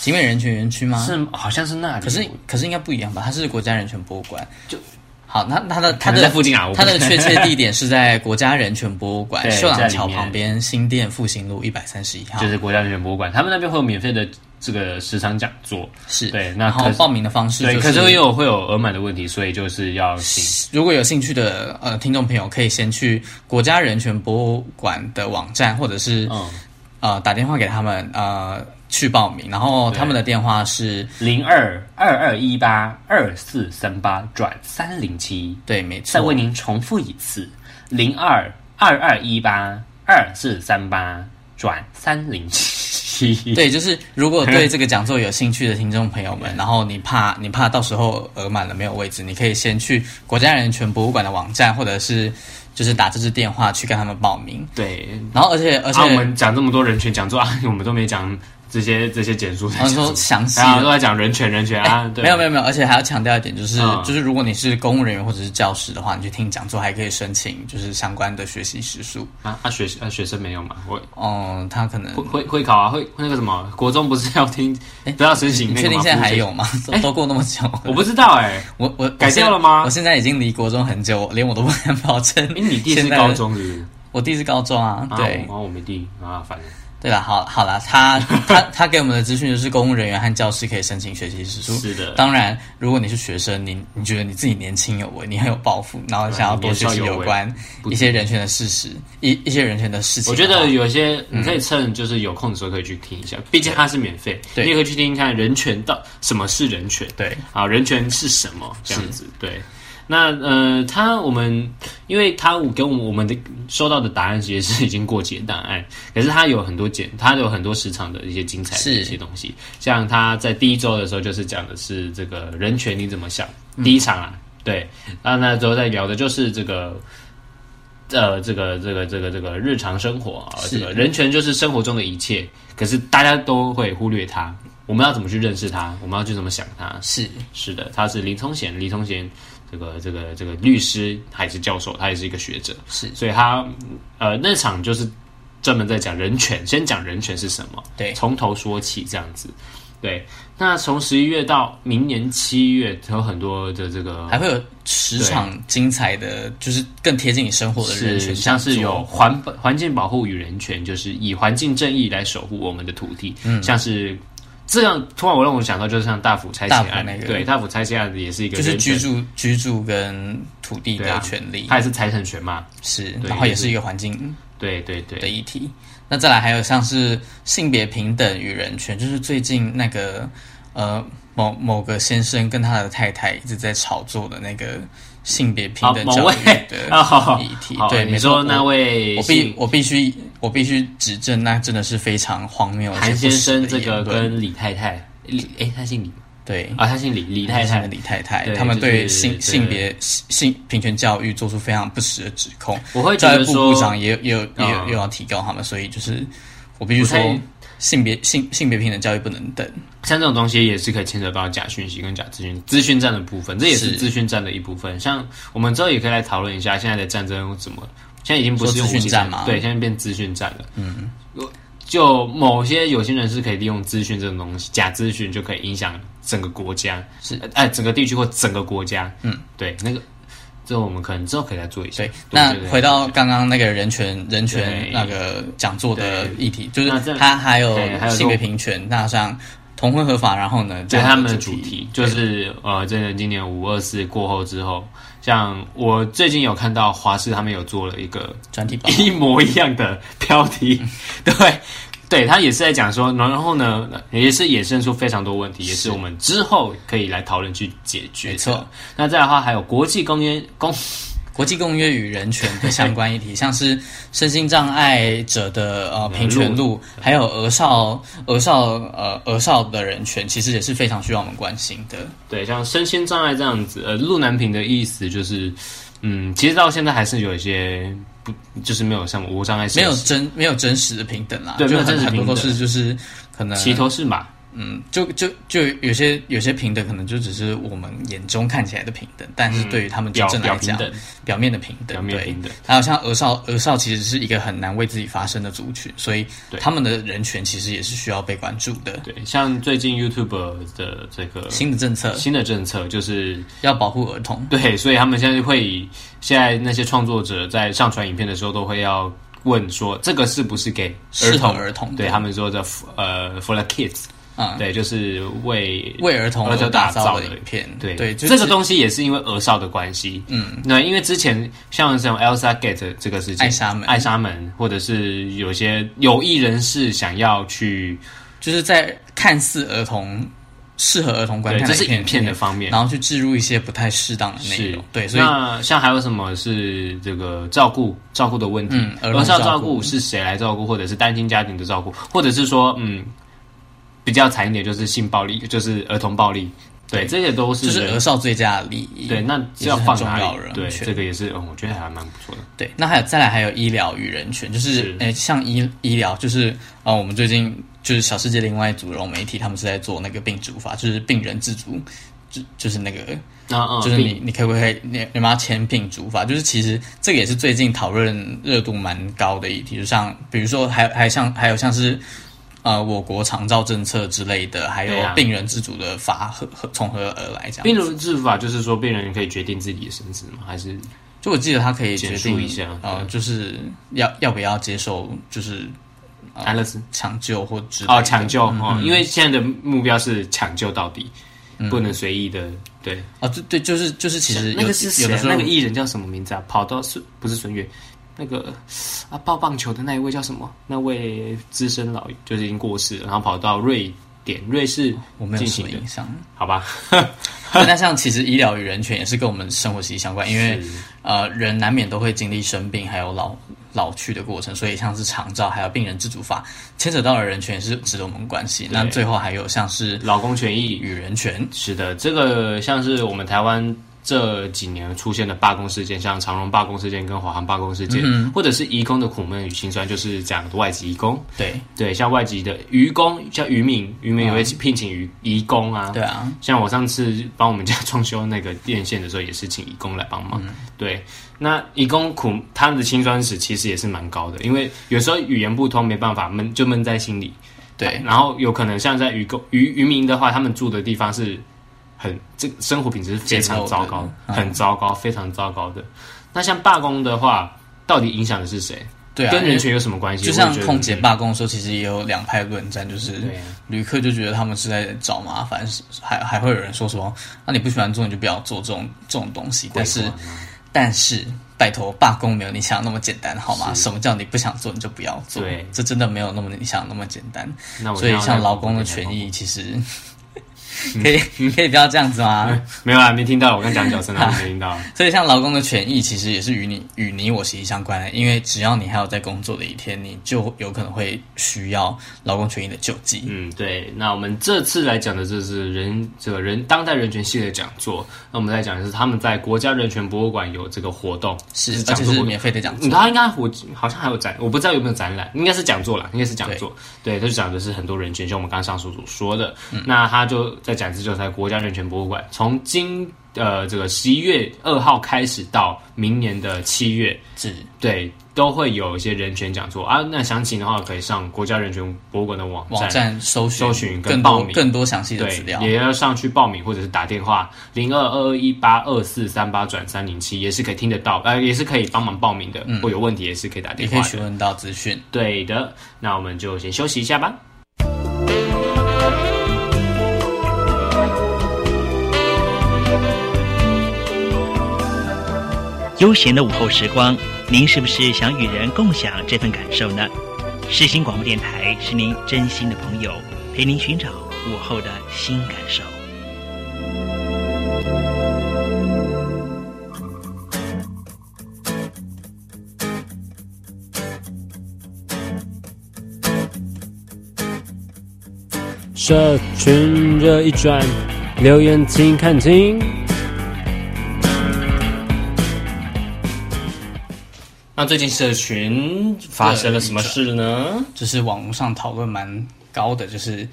[SPEAKER 1] 景美人权园区吗？
[SPEAKER 3] 是好像是那里？
[SPEAKER 1] 啊可是可是应该不一样吧？它是国家人权博物馆。就好，那它的它
[SPEAKER 3] 可能
[SPEAKER 1] 的
[SPEAKER 3] 在附近啊我不
[SPEAKER 1] 它的确切地点是在国家人权博物馆
[SPEAKER 3] 对
[SPEAKER 1] 秀朗
[SPEAKER 3] 在
[SPEAKER 1] 桥
[SPEAKER 3] 里面
[SPEAKER 1] 旁边新店复兴路一百三十一号，
[SPEAKER 3] 就是国家人权博物馆，他们那边会有免费的这个时长讲座，
[SPEAKER 1] 是
[SPEAKER 3] 对那
[SPEAKER 1] 然后
[SPEAKER 3] 可是
[SPEAKER 1] 报名的方式
[SPEAKER 3] 对，
[SPEAKER 1] 就
[SPEAKER 3] 可是又会有额满的问题，所以就是要请
[SPEAKER 1] 如果有兴趣的呃听众朋友，可以先去国家人权博物馆的网站，或者是、
[SPEAKER 3] 嗯
[SPEAKER 1] 呃打电话给他们呃去报名，然后他们的电话是
[SPEAKER 3] 零二二二一八二四三八转三零七。
[SPEAKER 1] 对，没错，
[SPEAKER 3] 再为您重复一次：零二二二一八二四三八转三零七。
[SPEAKER 1] 对，就是如果对这个讲座有兴趣的听众朋友们，然后你怕 你怕到时候额满了没有位置，你可以先去国家人权博物馆的网站，或者是就是打这支电话去跟他们报名。
[SPEAKER 3] 对，
[SPEAKER 1] 然后而且而且，
[SPEAKER 3] 啊，我们讲这么多人权讲座 啊，我们都没讲这些这些简述。
[SPEAKER 1] 然后说详细的
[SPEAKER 3] 啊，都在讲人权人权啊，对，
[SPEAKER 1] 没有没有没有，而且还要强调一点，就是、
[SPEAKER 3] 嗯
[SPEAKER 1] 就是如果你是公务人员或者是教师的话，你去听讲座还可以申请就是相关的学习时数。
[SPEAKER 3] 啊啊学啊学生没有嘛？我
[SPEAKER 1] 嗯，他可能
[SPEAKER 3] 会会会考啊，会那个什么，国中不是要听都要申请
[SPEAKER 1] 你
[SPEAKER 3] 那
[SPEAKER 1] 确
[SPEAKER 3] 个
[SPEAKER 1] 定
[SPEAKER 3] 吗
[SPEAKER 1] 现在还
[SPEAKER 3] 复学
[SPEAKER 1] 有吗？都都过那么久了，
[SPEAKER 3] 我不知道哎、欸，
[SPEAKER 1] 我我
[SPEAKER 3] 改掉了吗
[SPEAKER 1] 我现在已经离国中很久，连我都不敢保证。
[SPEAKER 3] 因为你弟是高，中是不是？
[SPEAKER 1] 我弟是高中啊，
[SPEAKER 3] 啊
[SPEAKER 1] 对、
[SPEAKER 3] 我啊我没弟啊，反正
[SPEAKER 1] 对了，好好了， 他他他给我们的资讯就是公务人员和教师可以申请学习时数。
[SPEAKER 3] 是的
[SPEAKER 1] 当然，如果你是学生，你你觉得你自己年轻有为，你很有抱负，然后想要多学习有关一些人权的事实，一一些人权的事情啊
[SPEAKER 3] 我
[SPEAKER 1] 的
[SPEAKER 3] 觉
[SPEAKER 1] 话，
[SPEAKER 3] 得有些你可以趁就是有空的时候可以去听一下，毕竟它是免费，
[SPEAKER 1] 对
[SPEAKER 3] 你也可以去听听看人权到什么是人权，
[SPEAKER 1] 对，
[SPEAKER 3] 啊，人权是什么这样子，对。那呃，他我们因为他给我们我们的收到的答案其实是已经过期的答案，可是他有很多简，他有很多时长的一些精彩的
[SPEAKER 1] 是
[SPEAKER 3] 一些东西，像他在第一周的时候就是讲的是这个人权你怎么想，第一场啊，对，那那之后再聊的就是这个呃，这个这个这个这个日常生活啊，
[SPEAKER 1] 是
[SPEAKER 3] 这个人权就是生活中的一切，可是大家都会忽略它。我们要怎么去认识它？我们要去怎么想它？
[SPEAKER 1] 是
[SPEAKER 3] 是的，他是林聪贤，林聪贤这个这个这个律师，他也是教授，他也是一个学者，
[SPEAKER 1] 是
[SPEAKER 3] 所以他呃那场就是专门在讲人权，先讲人权是什么，
[SPEAKER 1] 对
[SPEAKER 3] 从头说起这样子。对，那从十一月到明年七月，有很多的这个
[SPEAKER 1] 还会有十
[SPEAKER 3] 对
[SPEAKER 1] 场精彩的，就是更贴近你生活的人
[SPEAKER 3] 是
[SPEAKER 1] 权
[SPEAKER 3] 像
[SPEAKER 1] 讲
[SPEAKER 3] 是
[SPEAKER 1] 座
[SPEAKER 3] 有环保环境保护与人权，就是以环境正义来守护我们的土地，嗯、像是。这样突然我让我想到，就是像大埔拆迁
[SPEAKER 1] 大
[SPEAKER 3] 案，
[SPEAKER 1] 埔那个
[SPEAKER 3] 对大埔拆迁案也是一个
[SPEAKER 1] 就是
[SPEAKER 3] 人权
[SPEAKER 1] 居住居住跟土地
[SPEAKER 3] 对
[SPEAKER 1] 的
[SPEAKER 3] 啊
[SPEAKER 1] 权利，
[SPEAKER 3] 它也是财产权嘛，
[SPEAKER 1] 是，
[SPEAKER 3] 对
[SPEAKER 1] 然后也
[SPEAKER 3] 就是
[SPEAKER 1] 是一个环境
[SPEAKER 3] 对对对，
[SPEAKER 1] 的议题。那再来还有像是性别平等与人权，就是最近那个呃某某个先生跟他的太太一直在炒作的那个性别平
[SPEAKER 3] 啊，
[SPEAKER 1] 等
[SPEAKER 3] 某
[SPEAKER 1] 教
[SPEAKER 3] 位
[SPEAKER 1] 育
[SPEAKER 3] 啊， 好
[SPEAKER 1] 的议题。
[SPEAKER 3] 好
[SPEAKER 1] 对，
[SPEAKER 3] 你
[SPEAKER 1] 没
[SPEAKER 3] 说
[SPEAKER 1] 错，
[SPEAKER 3] 那
[SPEAKER 1] 我
[SPEAKER 3] 位
[SPEAKER 1] 我必
[SPEAKER 3] 姓
[SPEAKER 1] 我必须我必须指正，那真的是非常荒谬。
[SPEAKER 3] 韩先生
[SPEAKER 1] 而且
[SPEAKER 3] 这
[SPEAKER 1] 不实的
[SPEAKER 3] 个
[SPEAKER 1] 言论
[SPEAKER 3] 跟李太太，李哎，他姓李吗
[SPEAKER 1] 对
[SPEAKER 3] 啊，他姓李，李太太
[SPEAKER 1] 跟，李太太，
[SPEAKER 3] 对
[SPEAKER 1] 他们
[SPEAKER 3] 就是
[SPEAKER 1] 对性
[SPEAKER 3] 对
[SPEAKER 1] 性别性性平权教育做出非常不实的指控。
[SPEAKER 3] 我会觉
[SPEAKER 1] 教育
[SPEAKER 3] 得
[SPEAKER 1] 部
[SPEAKER 3] 说
[SPEAKER 1] 部，长也有也有也有
[SPEAKER 3] 嗯
[SPEAKER 1] 又要提高他们，所以就是我必须说
[SPEAKER 3] 不太，
[SPEAKER 1] 性别性性别平等教育不能等。
[SPEAKER 3] 像这种东西也是可以牵扯到假讯息跟假资讯、资讯战的部分，这也是
[SPEAKER 1] 是
[SPEAKER 3] 资讯战的一部分。像我们之后也可以来讨论一下现在的战争怎么，现在已经不是用
[SPEAKER 1] 说资讯
[SPEAKER 3] 武器战
[SPEAKER 1] 战吗
[SPEAKER 3] 对，现在变资讯战了。嗯，就某些有些人是可以利用资讯这种东西，假资讯就可以影响整个国家，
[SPEAKER 1] 是
[SPEAKER 3] 哎、整个地区或整个国家。嗯，对，那个。这我们可能之后可以来做一下。
[SPEAKER 1] 对，
[SPEAKER 3] 对
[SPEAKER 1] 那
[SPEAKER 3] 对对
[SPEAKER 1] 回到刚刚那个人权人权
[SPEAKER 3] 对
[SPEAKER 1] 那个讲座的
[SPEAKER 3] 对
[SPEAKER 1] 议题，就是
[SPEAKER 3] 那这
[SPEAKER 1] 它还有
[SPEAKER 3] 对还有
[SPEAKER 1] 性别
[SPEAKER 3] 多
[SPEAKER 1] 平权，那像同婚合法，然后呢，这
[SPEAKER 3] 对
[SPEAKER 1] 样
[SPEAKER 3] 他们的
[SPEAKER 1] 的
[SPEAKER 3] 主题就是呃，真的今年五二四过后之后，像我最近有看到华视他们有做了 一个
[SPEAKER 1] 专题报告，
[SPEAKER 3] 一模一样的标题，
[SPEAKER 1] 嗯
[SPEAKER 3] 对。对他也是在讲说，然后呢，也是衍生出非常多问题，也是我们之后可以来讨论去解决。
[SPEAKER 1] 没错，
[SPEAKER 3] 那再来的话还有国际公约公
[SPEAKER 1] 国际公约与人权的相关议题，像是身心障碍者的呃平权路，还有儿少儿少呃儿少的人权，其实也是非常需要我们关心的。
[SPEAKER 3] 对，像身心障碍这样子，呃，路难平的意思就是，嗯，其实到现在还是有一些不，就是没有像无障碍设
[SPEAKER 1] 没有
[SPEAKER 3] 施
[SPEAKER 1] 真没有真实的平等啦，
[SPEAKER 3] 对
[SPEAKER 1] 就
[SPEAKER 3] 没有
[SPEAKER 1] 很
[SPEAKER 3] 真实
[SPEAKER 1] 很多
[SPEAKER 3] 平
[SPEAKER 1] 都
[SPEAKER 3] 等
[SPEAKER 1] 是就是可能
[SPEAKER 3] 齐头是马，
[SPEAKER 1] 嗯，就就就有些有些平等，可能就只是我们眼中看起来的平等，但是对于他们真
[SPEAKER 3] 表
[SPEAKER 1] 正来
[SPEAKER 3] 嗯表平
[SPEAKER 1] 讲，
[SPEAKER 3] 等，
[SPEAKER 1] 表面的平等，
[SPEAKER 3] 表面
[SPEAKER 1] 对
[SPEAKER 3] 平等。
[SPEAKER 1] 还有像儿少，儿少其实是一个很难为自己发声的族群，所以
[SPEAKER 3] 对
[SPEAKER 1] 他们的人权其实也是需要被关注的。
[SPEAKER 3] 对，像最近 YouTube 的这个
[SPEAKER 1] 新的政策
[SPEAKER 3] 新的政策就是
[SPEAKER 1] 要保护儿童，
[SPEAKER 3] 对，所以他们现在会以现在那些创作者在上传影片的时候，都会要问说这个是不是给儿
[SPEAKER 1] 适合
[SPEAKER 3] 童
[SPEAKER 1] 儿童的
[SPEAKER 3] 对他们说的 f- 呃 for the kids，、
[SPEAKER 1] 嗯，
[SPEAKER 3] 对，就是为
[SPEAKER 1] 为儿童
[SPEAKER 3] 而
[SPEAKER 1] 而
[SPEAKER 3] 打
[SPEAKER 1] 打
[SPEAKER 3] 造
[SPEAKER 1] 造
[SPEAKER 3] 的
[SPEAKER 1] 的影片，
[SPEAKER 3] 对
[SPEAKER 1] 对，就
[SPEAKER 3] 这
[SPEAKER 1] 是
[SPEAKER 3] 个东西也是因为儿少的关系，嗯，那因为之前像这种 Elsa Gate 这个事情，
[SPEAKER 1] 爱莎门
[SPEAKER 3] 爱莎门，或者是有些有意人士想要去，
[SPEAKER 1] 就是在看似儿童适合儿童观
[SPEAKER 3] 对，
[SPEAKER 1] 看
[SPEAKER 3] 这
[SPEAKER 1] 的
[SPEAKER 3] 是影片
[SPEAKER 1] 片
[SPEAKER 3] 的方面
[SPEAKER 1] 然。后去置入一些不太适当的内
[SPEAKER 3] 是
[SPEAKER 1] 容，对，所以
[SPEAKER 3] 那像还有什么是这个照顾照顾的问题？
[SPEAKER 1] 嗯儿童
[SPEAKER 3] 儿少
[SPEAKER 1] 照
[SPEAKER 3] 照
[SPEAKER 1] 顾
[SPEAKER 3] 顾是谁来照顾，或者是单亲家庭的照顾，或者是说，嗯，比较惨一点就是性暴力，就是儿童暴力，对，
[SPEAKER 1] 对
[SPEAKER 3] 这些都是
[SPEAKER 1] 就是
[SPEAKER 3] 人
[SPEAKER 1] 儿少最佳的利益，
[SPEAKER 3] 对，那
[SPEAKER 1] 也
[SPEAKER 3] 这
[SPEAKER 1] 是
[SPEAKER 3] 要
[SPEAKER 1] 很
[SPEAKER 3] 放
[SPEAKER 1] 重
[SPEAKER 3] 哪
[SPEAKER 1] 要的
[SPEAKER 3] 里？
[SPEAKER 1] 人
[SPEAKER 3] 对，
[SPEAKER 1] 权
[SPEAKER 3] 这个也是，嗯，我觉得还蛮不错的。
[SPEAKER 1] 对，那还有再来还有医疗与人权，就是
[SPEAKER 3] 是
[SPEAKER 1] 诶、像医医疗，就是啊、呃我们最近就是小世界另外一组融媒体，他们是在做那个病主法，就是病人自主，就就是那个，
[SPEAKER 3] 那嗯，
[SPEAKER 1] 就是
[SPEAKER 3] 并
[SPEAKER 1] 你你可不可以你你们要签病主法？就是其实这个也是最近讨论热度蛮高的议题，就像比如说还还像还有像是。呃，我国长照政策之类的，还有
[SPEAKER 3] 对啊
[SPEAKER 1] 病人自主的法和和从何而来这样子？
[SPEAKER 3] 病人自主法就是说病人可以决定自己的身子吗？还是
[SPEAKER 1] 就我记得他可以决
[SPEAKER 3] 简
[SPEAKER 1] 定
[SPEAKER 3] 述一下
[SPEAKER 1] 呃，
[SPEAKER 3] 对
[SPEAKER 1] 就是要要不要接受，就是
[SPEAKER 3] 安乐死？
[SPEAKER 1] 抢救或之类的
[SPEAKER 3] 哦，抢救
[SPEAKER 1] 嗯
[SPEAKER 3] 哦，因为现在的目标是抢救到底，
[SPEAKER 1] 嗯
[SPEAKER 3] 不能随意的。对，
[SPEAKER 1] 啊，对对，就是就是，其实有
[SPEAKER 3] 那个是
[SPEAKER 1] 有
[SPEAKER 3] 谁
[SPEAKER 1] 的
[SPEAKER 3] 啊？
[SPEAKER 1] 时候
[SPEAKER 3] 那个艺人叫什么名字啊？跑到孙不是孙悦，那个啊抱棒球的那一位叫什么？那位资深老就是已经过世了，然后跑到瑞典瑞士
[SPEAKER 1] 哦我没有
[SPEAKER 3] 进
[SPEAKER 1] 什
[SPEAKER 3] 行
[SPEAKER 1] 么
[SPEAKER 3] 的
[SPEAKER 1] 印，象。
[SPEAKER 3] 好吧？
[SPEAKER 1] 对那像其实医疗与人权也是跟我们生活息息相 关，因 为
[SPEAKER 3] 是
[SPEAKER 1] 呃，人难免都会经历生病还有老老去的过程，所以像是长照还有病人自主法牵扯到的人权也是值得我们关心。那最后还有像是
[SPEAKER 3] 劳工权益
[SPEAKER 1] 与人权，
[SPEAKER 3] 是的，这个像是我们台湾这几年出现的罢工事件，像长荣罢工事件跟华航罢工事件，
[SPEAKER 1] 嗯
[SPEAKER 3] 或者是移工的苦闷与辛酸，就是讲的外籍移工。
[SPEAKER 1] 对
[SPEAKER 3] 对，像外籍的渔工，像渔民，渔民也会聘请渔移工啊。
[SPEAKER 1] 嗯对啊，
[SPEAKER 3] 像我上次帮我们家 装修那个电线的时候，也是请义工来帮忙。
[SPEAKER 1] 嗯
[SPEAKER 3] 对，那义工苦他们的辛酸史其实也是蛮高的，因为有时候语言不通，没办法闷就闷在心里。
[SPEAKER 1] 对
[SPEAKER 3] 然后有可能像在渔工渔渔民的话，他们住的地方是很这生活品质是非常糟
[SPEAKER 1] 简陋
[SPEAKER 3] 糕
[SPEAKER 1] 的，嗯
[SPEAKER 3] 很糟糕，非常糟糕的。那像罢工的话，到底影响的是谁？
[SPEAKER 1] 对啊，
[SPEAKER 3] 跟
[SPEAKER 1] 因为
[SPEAKER 3] 人权有什么关系？
[SPEAKER 1] 就
[SPEAKER 3] 我也
[SPEAKER 1] 像
[SPEAKER 3] 觉得
[SPEAKER 1] 空姐
[SPEAKER 3] 嗯
[SPEAKER 1] 罢工的时候，其实也有两派论战，就是
[SPEAKER 3] 对啊
[SPEAKER 1] 旅客就觉得他们是在找麻烦，是还还会有人说什么，那、你不喜欢做你就不要做这种这种东西。但是但是，拜托，罢工没有你想的那么简单，好吗？什么叫你不想做你就不要做？
[SPEAKER 3] 对
[SPEAKER 1] 这真的没有那么你想的那么简单。
[SPEAKER 3] 那我
[SPEAKER 1] 所以
[SPEAKER 3] 要
[SPEAKER 1] 像
[SPEAKER 3] 来
[SPEAKER 1] 劳工的权益，其实 可以可以不要这样子吗？
[SPEAKER 3] 没有啊，没听到，我刚讲脚声啊，没听到。
[SPEAKER 1] 所以，像劳工的权益其实也是与你与你我息息相关的，因为只要你还有在工作的一天，你就有可能会需要劳工权益的救济。
[SPEAKER 3] 嗯，对。那我们这次来讲的就是人这个人当代人权系列讲座，那我们来讲的是他们在国家人权博物馆有这个活动，
[SPEAKER 1] 是，而
[SPEAKER 3] 讲
[SPEAKER 1] 且
[SPEAKER 3] 座
[SPEAKER 1] 是
[SPEAKER 3] 活动
[SPEAKER 1] 免。费的讲
[SPEAKER 3] 嗯
[SPEAKER 1] 座。
[SPEAKER 3] 他应该我好像还有展，我不知道有没有展览，应嗯该是讲座啦，应该是讲座。对，他就讲的是很多人权，像我们刚刚上述所说的。那他就在展示就在国家人权博物馆，从今呃这个十一月二号开始到明年的七月，
[SPEAKER 1] 是
[SPEAKER 3] 对，都会有一些人权讲座啊。那详情的话，可以上国家人权博物馆的网
[SPEAKER 1] 网站搜寻
[SPEAKER 3] 搜寻跟
[SPEAKER 1] 更
[SPEAKER 3] 报
[SPEAKER 1] 多
[SPEAKER 3] 名
[SPEAKER 1] 更多详细的资
[SPEAKER 3] 对
[SPEAKER 1] 料，，
[SPEAKER 3] 也要上去报名或者是打电话零二二二一八二四三八转三零七，也是可以听得到，呃，也是可以帮忙报名的，或有问题也是可以打
[SPEAKER 1] 嗯也
[SPEAKER 3] 电
[SPEAKER 1] 可以
[SPEAKER 3] 话
[SPEAKER 1] 询
[SPEAKER 3] 的。
[SPEAKER 1] 问到资讯。
[SPEAKER 3] 对的，那我们就先休息一下吧。
[SPEAKER 8] 悠闲的午后时光，您是不是想与人共享这份感受呢？世新广播电台是您真心的朋友，陪您寻找午后的新感受。
[SPEAKER 9] 社群热一转，留言请看清。
[SPEAKER 3] 那最近社群发生了什么事呢？
[SPEAKER 1] 就是网络上讨论蛮高的，就是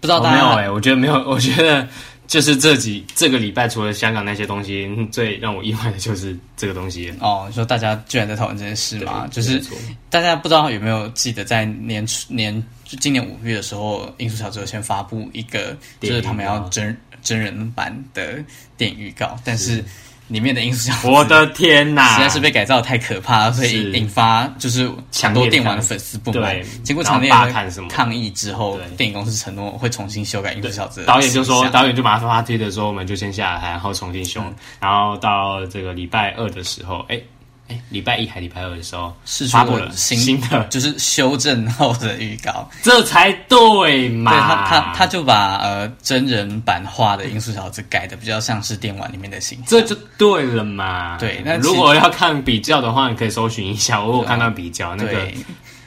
[SPEAKER 1] 不知道
[SPEAKER 3] 我
[SPEAKER 1] 哦大
[SPEAKER 3] 没有
[SPEAKER 1] 家、
[SPEAKER 3] 哎、我觉得没有，我觉得就是这几这个礼拜，除了香港那些东西，嗯最让我意外的就是这个东西。啊
[SPEAKER 1] 哦，你说大家居然在讨论这件事嘛？
[SPEAKER 3] 对
[SPEAKER 1] 就是
[SPEAKER 3] 没错
[SPEAKER 1] 大家不知道有没有记得，在年初年就今年五月的时候，音速小子有先发布一个，就是他们
[SPEAKER 3] 电影
[SPEAKER 1] 要
[SPEAKER 3] 预告
[SPEAKER 1] 真真人版的电影预告，但是里面的音速小子
[SPEAKER 3] 我的天哪！
[SPEAKER 1] 实在是被改造得太可怕了，所以
[SPEAKER 3] 是
[SPEAKER 1] 引发就是很
[SPEAKER 3] 强
[SPEAKER 1] 多
[SPEAKER 3] 烈
[SPEAKER 1] 电玩的
[SPEAKER 3] 抗
[SPEAKER 1] 粉丝不满
[SPEAKER 3] 对，
[SPEAKER 1] 结果
[SPEAKER 3] 然后
[SPEAKER 1] 场内
[SPEAKER 3] 罢看什么的
[SPEAKER 1] 抗议之后
[SPEAKER 3] 对，
[SPEAKER 1] 电影公司承诺会重新修改音速小子的形象。
[SPEAKER 3] 导演就说，导演就马上发推的说，我们就先下来，然后重新
[SPEAKER 1] 嗯
[SPEAKER 3] 修。然后到这个礼拜二的时候，哎、哎，礼拜一还礼拜二的时候，
[SPEAKER 1] 试出
[SPEAKER 3] 发布
[SPEAKER 1] 了
[SPEAKER 3] 了
[SPEAKER 1] 新
[SPEAKER 3] 新的，
[SPEAKER 1] 就是修正后的预告，
[SPEAKER 3] 这才对嘛？
[SPEAKER 1] 对他，他他就把呃真人版画的《音速小子》改的比较像是电玩里面的形象。
[SPEAKER 3] 这就对了嘛。
[SPEAKER 1] 对那其实
[SPEAKER 3] 如果要看比较的话，你可以搜寻一下，我有看到比较那个
[SPEAKER 1] 对，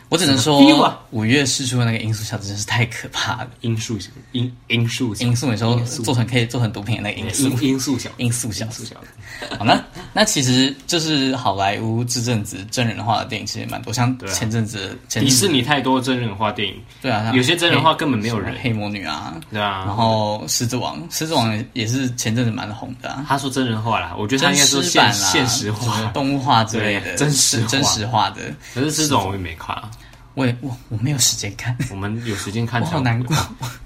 [SPEAKER 1] 我只能说
[SPEAKER 3] 什么 feel 啊，
[SPEAKER 1] 五月试出的那个《音速小子》真是太可怕了。
[SPEAKER 3] 因素小因因素小
[SPEAKER 1] 音速，你说做成可以做成毒品的那个音速
[SPEAKER 3] 因，因素小
[SPEAKER 1] 音速小
[SPEAKER 3] 因
[SPEAKER 1] 子
[SPEAKER 3] 素小子
[SPEAKER 1] 好，那那其实就是好莱坞这阵子真人化的电影其实也蛮多，像
[SPEAKER 3] 啊
[SPEAKER 1] 前阵子、前阵
[SPEAKER 3] 迪士
[SPEAKER 1] 子
[SPEAKER 3] 尼太多真人化电影，
[SPEAKER 1] 对啊，像
[SPEAKER 3] 有些真人化根本没有
[SPEAKER 1] 黑
[SPEAKER 3] 人
[SPEAKER 1] 什么黑魔女啊，
[SPEAKER 3] 对啊。
[SPEAKER 1] 然后狮子王，狮子王也是前阵子蛮红的啊，
[SPEAKER 3] 他说真人化啦，我觉得他
[SPEAKER 1] 真
[SPEAKER 3] 应该说
[SPEAKER 1] 实
[SPEAKER 3] 现
[SPEAKER 1] 版啦，
[SPEAKER 3] 现实
[SPEAKER 1] 什么
[SPEAKER 3] 化。
[SPEAKER 1] 动物化之类的，
[SPEAKER 3] 对真实化
[SPEAKER 1] 真实化的。
[SPEAKER 3] 可是这种我也没看啊，
[SPEAKER 1] 我也我我没有时间 看，
[SPEAKER 3] 我们有时间看
[SPEAKER 1] 我
[SPEAKER 3] 才会。
[SPEAKER 1] 好难 过。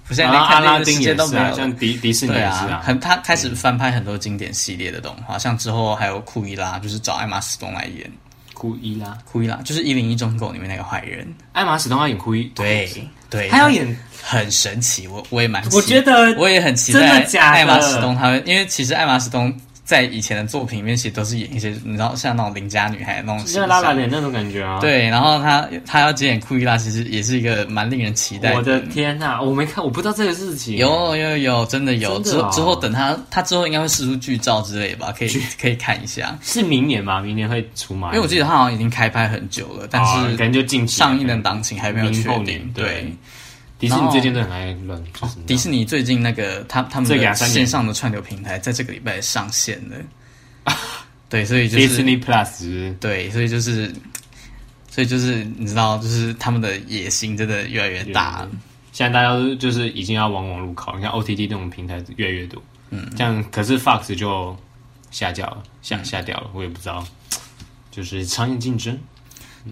[SPEAKER 1] 我现在
[SPEAKER 3] 然
[SPEAKER 1] 连
[SPEAKER 3] 后阿
[SPEAKER 1] 看
[SPEAKER 3] 拉
[SPEAKER 1] 那个时
[SPEAKER 3] 丁
[SPEAKER 1] 间
[SPEAKER 3] 也
[SPEAKER 1] 都
[SPEAKER 3] 是
[SPEAKER 1] 没有
[SPEAKER 3] 啊，
[SPEAKER 1] 了。
[SPEAKER 3] 像迪迪士尼
[SPEAKER 1] 对
[SPEAKER 3] 也是
[SPEAKER 1] 啊，
[SPEAKER 3] 啊，
[SPEAKER 1] 很他开始翻拍很多经典系列的动画，像之后还有库伊拉，就是找艾玛史东来演
[SPEAKER 3] 库伊拉，
[SPEAKER 1] 库伊拉，就是《一零一忠狗》里面那个坏人。
[SPEAKER 3] 艾玛史东要演库伊，
[SPEAKER 1] 对对，
[SPEAKER 3] 他要演
[SPEAKER 1] 很神奇，我我也蛮期，
[SPEAKER 7] 我觉得
[SPEAKER 1] 我也很期
[SPEAKER 7] 真
[SPEAKER 1] 待
[SPEAKER 7] 的假的
[SPEAKER 1] 艾玛史东他们，因为其实艾玛史东在以前的作品里面，其实都是演一些你知道像那种邻家女孩那种形
[SPEAKER 3] 就是
[SPEAKER 1] 象，
[SPEAKER 3] 拉拉脸那种感觉啊。，
[SPEAKER 1] 对，然后他他要接演库伊拉，其实也是一个蛮令人期待
[SPEAKER 3] 我的天呐，我没看，我不知道这个事情。
[SPEAKER 1] 有有有，真的有。
[SPEAKER 3] 真的啊
[SPEAKER 1] 之后之后等他他之后应该会试出剧照之类吧，可以可以看一 下。
[SPEAKER 3] 是明年吗？明年会出吗？
[SPEAKER 1] 因为我记得他好像已经开拍很久了，但
[SPEAKER 3] 哦
[SPEAKER 1] 是
[SPEAKER 3] 可能就近期
[SPEAKER 1] 上映的档期还没有
[SPEAKER 3] 明
[SPEAKER 1] 确
[SPEAKER 3] 后
[SPEAKER 1] 定
[SPEAKER 3] 年。
[SPEAKER 1] 对
[SPEAKER 3] 对，迪士
[SPEAKER 1] 然
[SPEAKER 3] 尼
[SPEAKER 1] 后哦
[SPEAKER 3] 最近都很爱乱，就是
[SPEAKER 1] 迪士尼最近那个他他们
[SPEAKER 3] 这个
[SPEAKER 1] 的
[SPEAKER 3] 两三年
[SPEAKER 1] 线上的串流平台在这个礼拜上线了， 对，所以就
[SPEAKER 3] 迪士
[SPEAKER 1] 是
[SPEAKER 3] 尼 Plus 只是
[SPEAKER 1] 对，所以就是所以就是你知道，就是他们的野心真的越来越大了。
[SPEAKER 3] 现在大家都就是已经要往网路靠，你看 OTT 这种平台越来越多，嗯，这样可是 Fox 就下架了，下下掉了，我也不知道，就是商业竞争，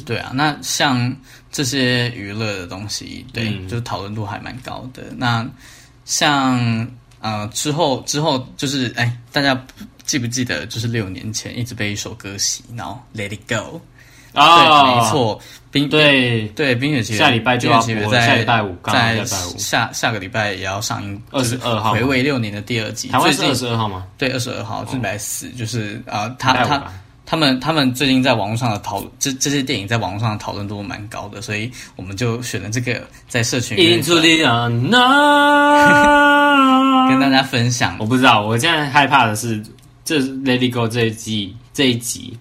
[SPEAKER 1] 对啊，那像这些娱乐的东西，对，
[SPEAKER 3] 嗯
[SPEAKER 1] 就是讨论度还蛮高的。那像呃之后之后就是哎，大家记不记得就是六年前一直被一首歌洗脑《Let It Go》对，没，错，冰
[SPEAKER 3] 啊对，
[SPEAKER 1] 对《冰雪奇缘》
[SPEAKER 3] 下礼拜就要播
[SPEAKER 1] 冰雪奇缘
[SPEAKER 3] 了
[SPEAKER 1] 在
[SPEAKER 3] 下礼拜五刚好
[SPEAKER 1] 在
[SPEAKER 3] 下礼拜五
[SPEAKER 1] 下下个礼拜也要上映，就是
[SPEAKER 3] 22号
[SPEAKER 1] 回味六年的第二季，
[SPEAKER 3] 台湾是
[SPEAKER 1] 最
[SPEAKER 3] 二
[SPEAKER 1] 近
[SPEAKER 3] 十二号吗？
[SPEAKER 1] 对，二十二号，
[SPEAKER 3] 哦
[SPEAKER 1] 就是礼拜四，就是啊，他
[SPEAKER 3] 礼拜五
[SPEAKER 1] 他
[SPEAKER 3] 吧
[SPEAKER 1] 他们他们最近在网络上的讨论，这这些电影在网络上的讨论度蛮高的，所以我们就选了这个在社群里面
[SPEAKER 3] Into the unknown，
[SPEAKER 1] 跟大家分享
[SPEAKER 3] 我。不知道，我现在害怕的是，这《Lady Go》这一季这一集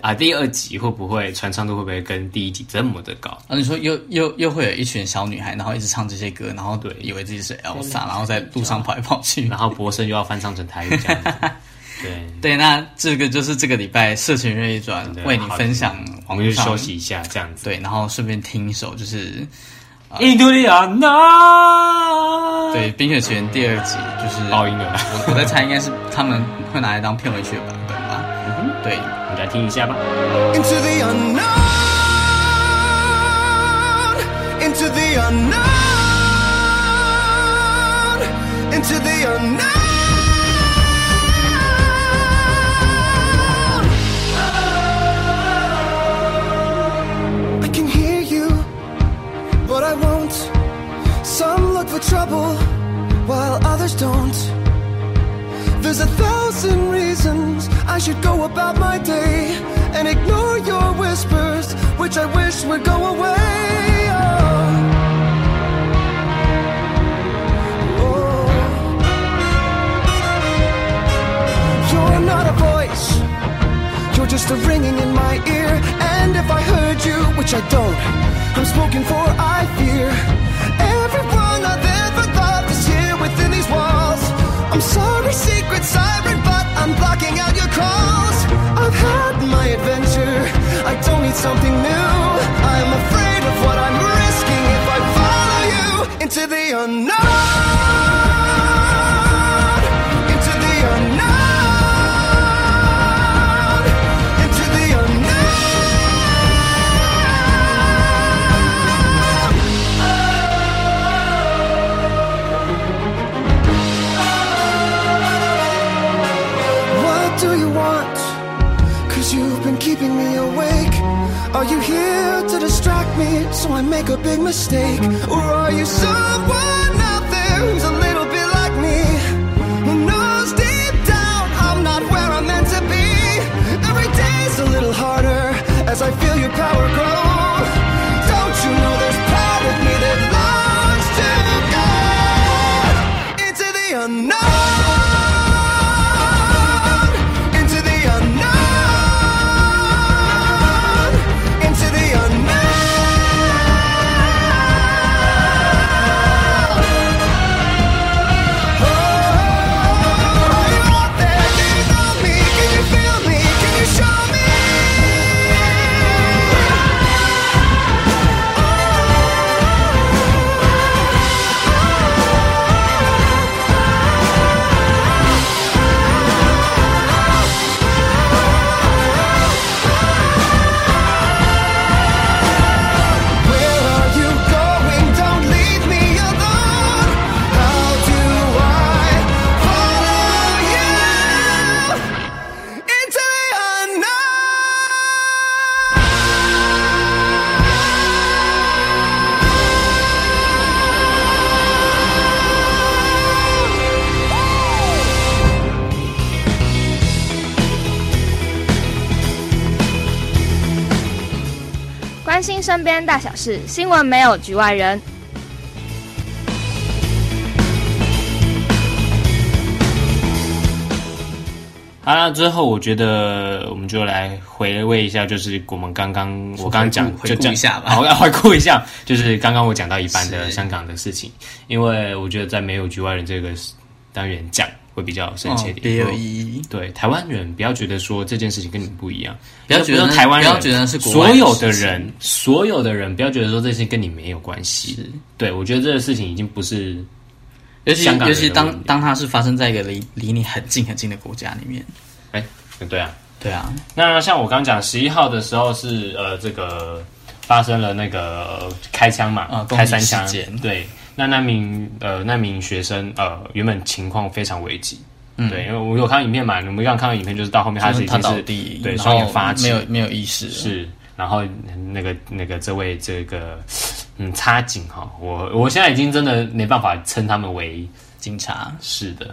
[SPEAKER 3] 啊，第二集会不会传唱度会不会跟第一集这么的高？
[SPEAKER 1] 哦然后你说又又又会有一群小女孩，然后一直唱这些歌，然后
[SPEAKER 3] 对
[SPEAKER 1] 以为自己是 Elsa，然后在路上跑来跑去
[SPEAKER 3] 然。后博生又要翻唱成台语这 样子，对。
[SPEAKER 1] 对，那这个就是这个礼拜社群热一转
[SPEAKER 3] 真的
[SPEAKER 1] 为你分享
[SPEAKER 3] 我
[SPEAKER 1] 网
[SPEAKER 3] 们
[SPEAKER 1] 络
[SPEAKER 3] 就
[SPEAKER 1] 上
[SPEAKER 3] 休息一下，这样子。
[SPEAKER 1] 对，然后顺便听一首就是
[SPEAKER 3] 印度尼安娜，
[SPEAKER 1] 对，《冰雪奇缘》第二集就是
[SPEAKER 3] 爆音了 吧？
[SPEAKER 1] 我我在猜应该是他们会拿来当片尾曲的版本吧。对，
[SPEAKER 3] 我们来听一下吧。
[SPEAKER 10] into the unknown, into the unknown, into the unknown. I can hear you, but I won't. Some look for trouble while others don't. There's a thousand reasons I should go about my day and ignore your whispers, which I wish would go away. Oh. Oh. You're not a voice, you're just a ringing in my ear. And if I heard you, which I don't, I'm spoken for, I fear. Everyone I've ever loved is here within these walls. I'm sorry, secret siren, but I'm blocking out your calls. I've had my adventure, I don't need something new. I'm afraid of what I'm risking if I follow you into the unknown. Into the unknown. Into the unknown. Oh. What do you want? Cause you've been keeping me awake. Are you here to distract me so I make a big mistake? Or are you someone out there who's a little bit like me? Who knows deep down I'm not where I'm meant to be? Every day's a little harder as I feel your power grow. Don't you know there's part of me that longs to go into the unknown? Into the unknown. Into the unknown. Oh, are you out there? Do you know me? Can you feel me? Can you show me? Where are you going? Don't leave me alone. How do I follow you into the unknown?
[SPEAKER 6] 关心身边大小事，新闻没有局外人。
[SPEAKER 3] 好了，之后我觉得我们就来回味一下，就是我们刚刚我刚刚讲
[SPEAKER 1] 回顾
[SPEAKER 3] 就
[SPEAKER 1] 回顾一下吧
[SPEAKER 3] 好， 要回顾一下，就是刚刚我讲到一半的
[SPEAKER 1] 是
[SPEAKER 3] 香港的事情，因为我觉得在没有局外人这个单元讲会比较深切一
[SPEAKER 1] 哦，别
[SPEAKER 3] 点。
[SPEAKER 1] 有意义。
[SPEAKER 3] 对台湾人，不要觉得说这件事情跟你不一样，
[SPEAKER 1] 不要觉得
[SPEAKER 3] 用台湾人，
[SPEAKER 1] 不要觉得是国外
[SPEAKER 3] 所
[SPEAKER 1] 的
[SPEAKER 3] 有的
[SPEAKER 1] 事情
[SPEAKER 3] 人，所有的人，不要觉得说这件事情跟你没有关系。对我觉得这个事情已经不是
[SPEAKER 1] 尤其
[SPEAKER 3] 香港
[SPEAKER 1] 尤
[SPEAKER 3] 人
[SPEAKER 1] 其
[SPEAKER 3] 的问
[SPEAKER 1] 当
[SPEAKER 3] 题
[SPEAKER 1] 当它是发生在一个离离你很近很近的国家里面，
[SPEAKER 3] 哎，对啊，
[SPEAKER 1] 对啊，
[SPEAKER 3] 那像我刚讲十一号的时候是呃这个发生了那个、呃开枪嘛，
[SPEAKER 1] 啊攻击
[SPEAKER 3] 开三枪
[SPEAKER 1] 事件，
[SPEAKER 3] 对。那那名呃那名学生呃原本情况非常危急，
[SPEAKER 1] 嗯
[SPEAKER 3] 对，因为我有看到影片嘛，你们刚看到影片就是到后面他
[SPEAKER 1] 就是是
[SPEAKER 3] 已
[SPEAKER 1] 他
[SPEAKER 3] 经
[SPEAKER 1] 倒
[SPEAKER 3] 是
[SPEAKER 1] 地，
[SPEAKER 3] 对
[SPEAKER 1] 然
[SPEAKER 3] 双眼
[SPEAKER 1] 后
[SPEAKER 3] 发
[SPEAKER 1] 没
[SPEAKER 3] 青，
[SPEAKER 1] 有没有意识了，
[SPEAKER 3] 是，然后那个那个这位这个嗯插警哈，我我现在已经真的没办法称他们为
[SPEAKER 1] 警察，
[SPEAKER 3] 是的，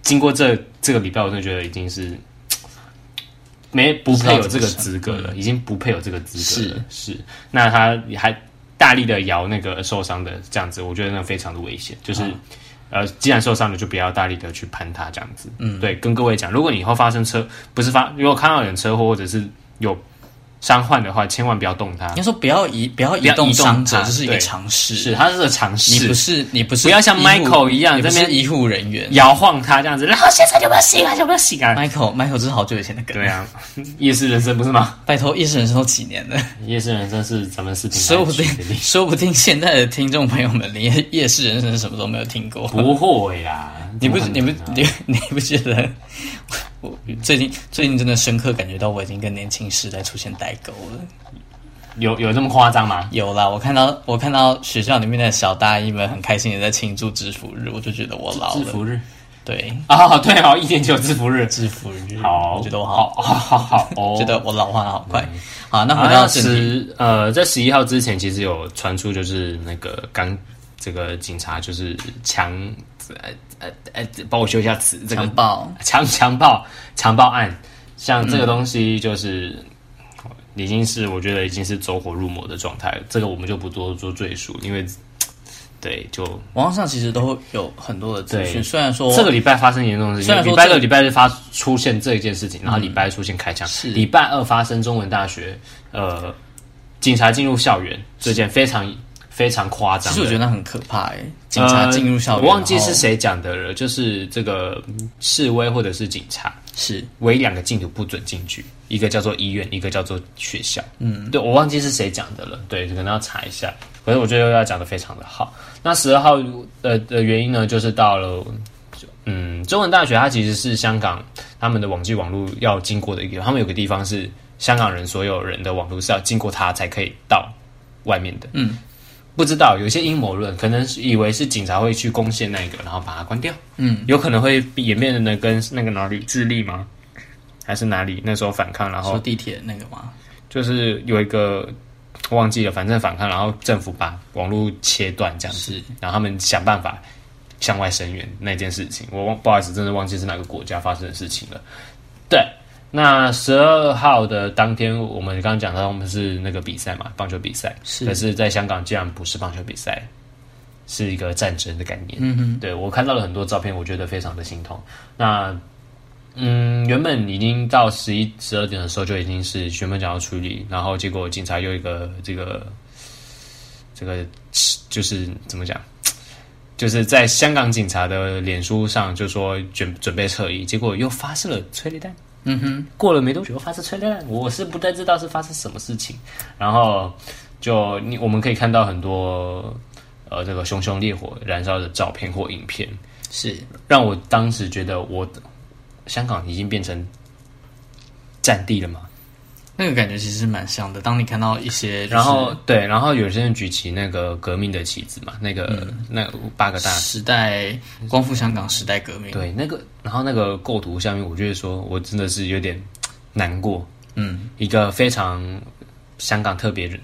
[SPEAKER 3] 经过这这个礼拜，我真的觉得已经是没不配有这个资格
[SPEAKER 1] 嗯
[SPEAKER 3] 了，已经不配有这个资格了。是那他也还大力的摇那个受伤的这样子，我觉得那非常的危险。就是、
[SPEAKER 1] 嗯
[SPEAKER 3] 呃，既然受伤了，就不要大力的去攀他这样子。嗯，对，跟各位讲，如果你以后发生车不是发，如果看到有人车祸或者是有伤患的话，千万不要动它
[SPEAKER 1] 应该。说不要移不要移
[SPEAKER 3] 不要
[SPEAKER 1] 动
[SPEAKER 3] 移动
[SPEAKER 1] 伤者，
[SPEAKER 3] 它
[SPEAKER 1] 这是一个
[SPEAKER 3] 对
[SPEAKER 1] 尝试。
[SPEAKER 3] 是，它是个尝
[SPEAKER 1] 你
[SPEAKER 3] 试，
[SPEAKER 1] 不是你不是
[SPEAKER 3] 不要像
[SPEAKER 1] 医护
[SPEAKER 3] Michael 一样
[SPEAKER 1] 你不
[SPEAKER 3] 在那
[SPEAKER 1] 是
[SPEAKER 3] 边
[SPEAKER 1] 医护人员。
[SPEAKER 3] 摇晃它这样子。然后现在就不要醒啊，就不要醒啊。
[SPEAKER 1] Michael Michael 这是好久以前的梗。
[SPEAKER 3] 对，啊，夜市人生不是吗？
[SPEAKER 1] 拜托，夜市人生都几年了，
[SPEAKER 3] 夜市人生是咱们视频
[SPEAKER 1] 说不定
[SPEAKER 3] 来决定
[SPEAKER 1] 说不定现在的听众朋友们连夜夜市人生是什么都没有听过。
[SPEAKER 3] 不会啦，
[SPEAKER 1] 你不
[SPEAKER 3] 怎么
[SPEAKER 1] 你不
[SPEAKER 3] 可能啊
[SPEAKER 1] 你你 不觉得？我最近最近真的深刻感觉到我已经跟年轻时代出现代沟了。
[SPEAKER 3] 有有这么夸张吗？
[SPEAKER 1] 有啦，我看到我看到学校里面的小大一们很开心的在庆祝制服日，我就觉得我老
[SPEAKER 3] 制
[SPEAKER 1] 了。
[SPEAKER 3] 服日
[SPEAKER 1] 对，
[SPEAKER 3] 啊，对哦，一点九制服日，
[SPEAKER 1] 制服日，
[SPEAKER 3] 好，
[SPEAKER 1] 我觉得我
[SPEAKER 3] 好
[SPEAKER 1] 好，
[SPEAKER 3] 好好好，哦
[SPEAKER 1] 觉得 我老化的好快。好，那回
[SPEAKER 3] 好
[SPEAKER 1] 到
[SPEAKER 3] 像
[SPEAKER 1] 正题，
[SPEAKER 3] 十呃，在十一号之前，其实有传出就是那个刚这个警察就是强呃呃呃，帮我修一下词，这个
[SPEAKER 1] 强暴
[SPEAKER 3] 强 强暴强暴案，像
[SPEAKER 1] 嗯
[SPEAKER 3] 这个东西就是。已经是我觉得已经是走火入魔的状态了，这个我们就不多做赘述，因为对就
[SPEAKER 1] 网上其实都有很多的资讯，
[SPEAKER 3] 对
[SPEAKER 1] 虽然说
[SPEAKER 3] 这个礼拜发生严重的事
[SPEAKER 1] 虽然
[SPEAKER 3] 情，
[SPEAKER 1] 说
[SPEAKER 3] 礼拜
[SPEAKER 1] 这嗯
[SPEAKER 3] 六、礼拜日发出现这一件事情，然后礼拜一出现开枪
[SPEAKER 1] 是，
[SPEAKER 3] 礼、拜二发生中文大学呃警察进入校园这件非常非常夸
[SPEAKER 1] 其
[SPEAKER 3] 张的。
[SPEAKER 1] 实我觉得很可怕哎、警察进入校园，
[SPEAKER 3] 呃我忘记
[SPEAKER 1] 然后
[SPEAKER 3] 是谁讲的了，就是这个嗯示威或者是警察
[SPEAKER 1] 是
[SPEAKER 3] 为两个禁徒不准进去，一个叫做医院，一个叫做学校。嗯，对我忘记是谁讲的了，对，可能要查一下。可是我觉得要讲的非常的好。那十二号呃的原因呢，就是到了。嗯，中文大学它其实是香港他们的网际网络要经过的一个地方，他们有个地方是香港人所有人的网络是要经过它才可以到外面的。
[SPEAKER 1] 嗯，
[SPEAKER 3] 不知道有一些阴谋论，可能是以为是警察会去攻陷那个，然后把它关掉。
[SPEAKER 1] 嗯，
[SPEAKER 3] 有可能会演变成跟那个哪里智利吗？还是哪里那时候反抗，然
[SPEAKER 1] 说
[SPEAKER 3] 后
[SPEAKER 1] 地铁那个吗？
[SPEAKER 3] 就是有一个忘记了，反正反抗，然后政府把网络切断这样子，
[SPEAKER 1] 是
[SPEAKER 3] 然后他们想办法向外伸援那件事情。我忘不好意思，真的忘记是哪个国家发生的事情了。对，那十二号的当天，我们刚刚讲到我们是那个比赛嘛，棒球比赛，
[SPEAKER 1] 是
[SPEAKER 3] 可是在香港竟然不是棒球比赛，是一个战争的概念。
[SPEAKER 1] 嗯哼，
[SPEAKER 3] 对我看到了很多照片，我觉得非常的心痛。那嗯，原本已经到十一、十二点的时候就已经是原本想要处理，然后结果警察又一个这个这个就是怎么讲，就是在香港警察的脸书上就说准准备撤移，结果又发射了催泪弹。
[SPEAKER 1] 嗯哼，
[SPEAKER 3] 过了没多久又发生催泪弹，我是不太知道是发生什么事情。然后就你我们可以看到很多呃这个熊熊烈火燃烧的照片或影片，
[SPEAKER 1] 是
[SPEAKER 3] 让我当时觉得我香港已经变成战地了嘛。
[SPEAKER 1] 那个感觉其实蛮像的。当你看到一些、就是
[SPEAKER 3] 然后对，然后有些人举起那个革命的旗子嘛，那个、那八个大
[SPEAKER 1] 时代光复香港时代革命，，
[SPEAKER 3] 对那个，然后那个构图下面，我就会说我真的是有点难过，
[SPEAKER 1] 嗯，
[SPEAKER 3] 一个非常香港特别人。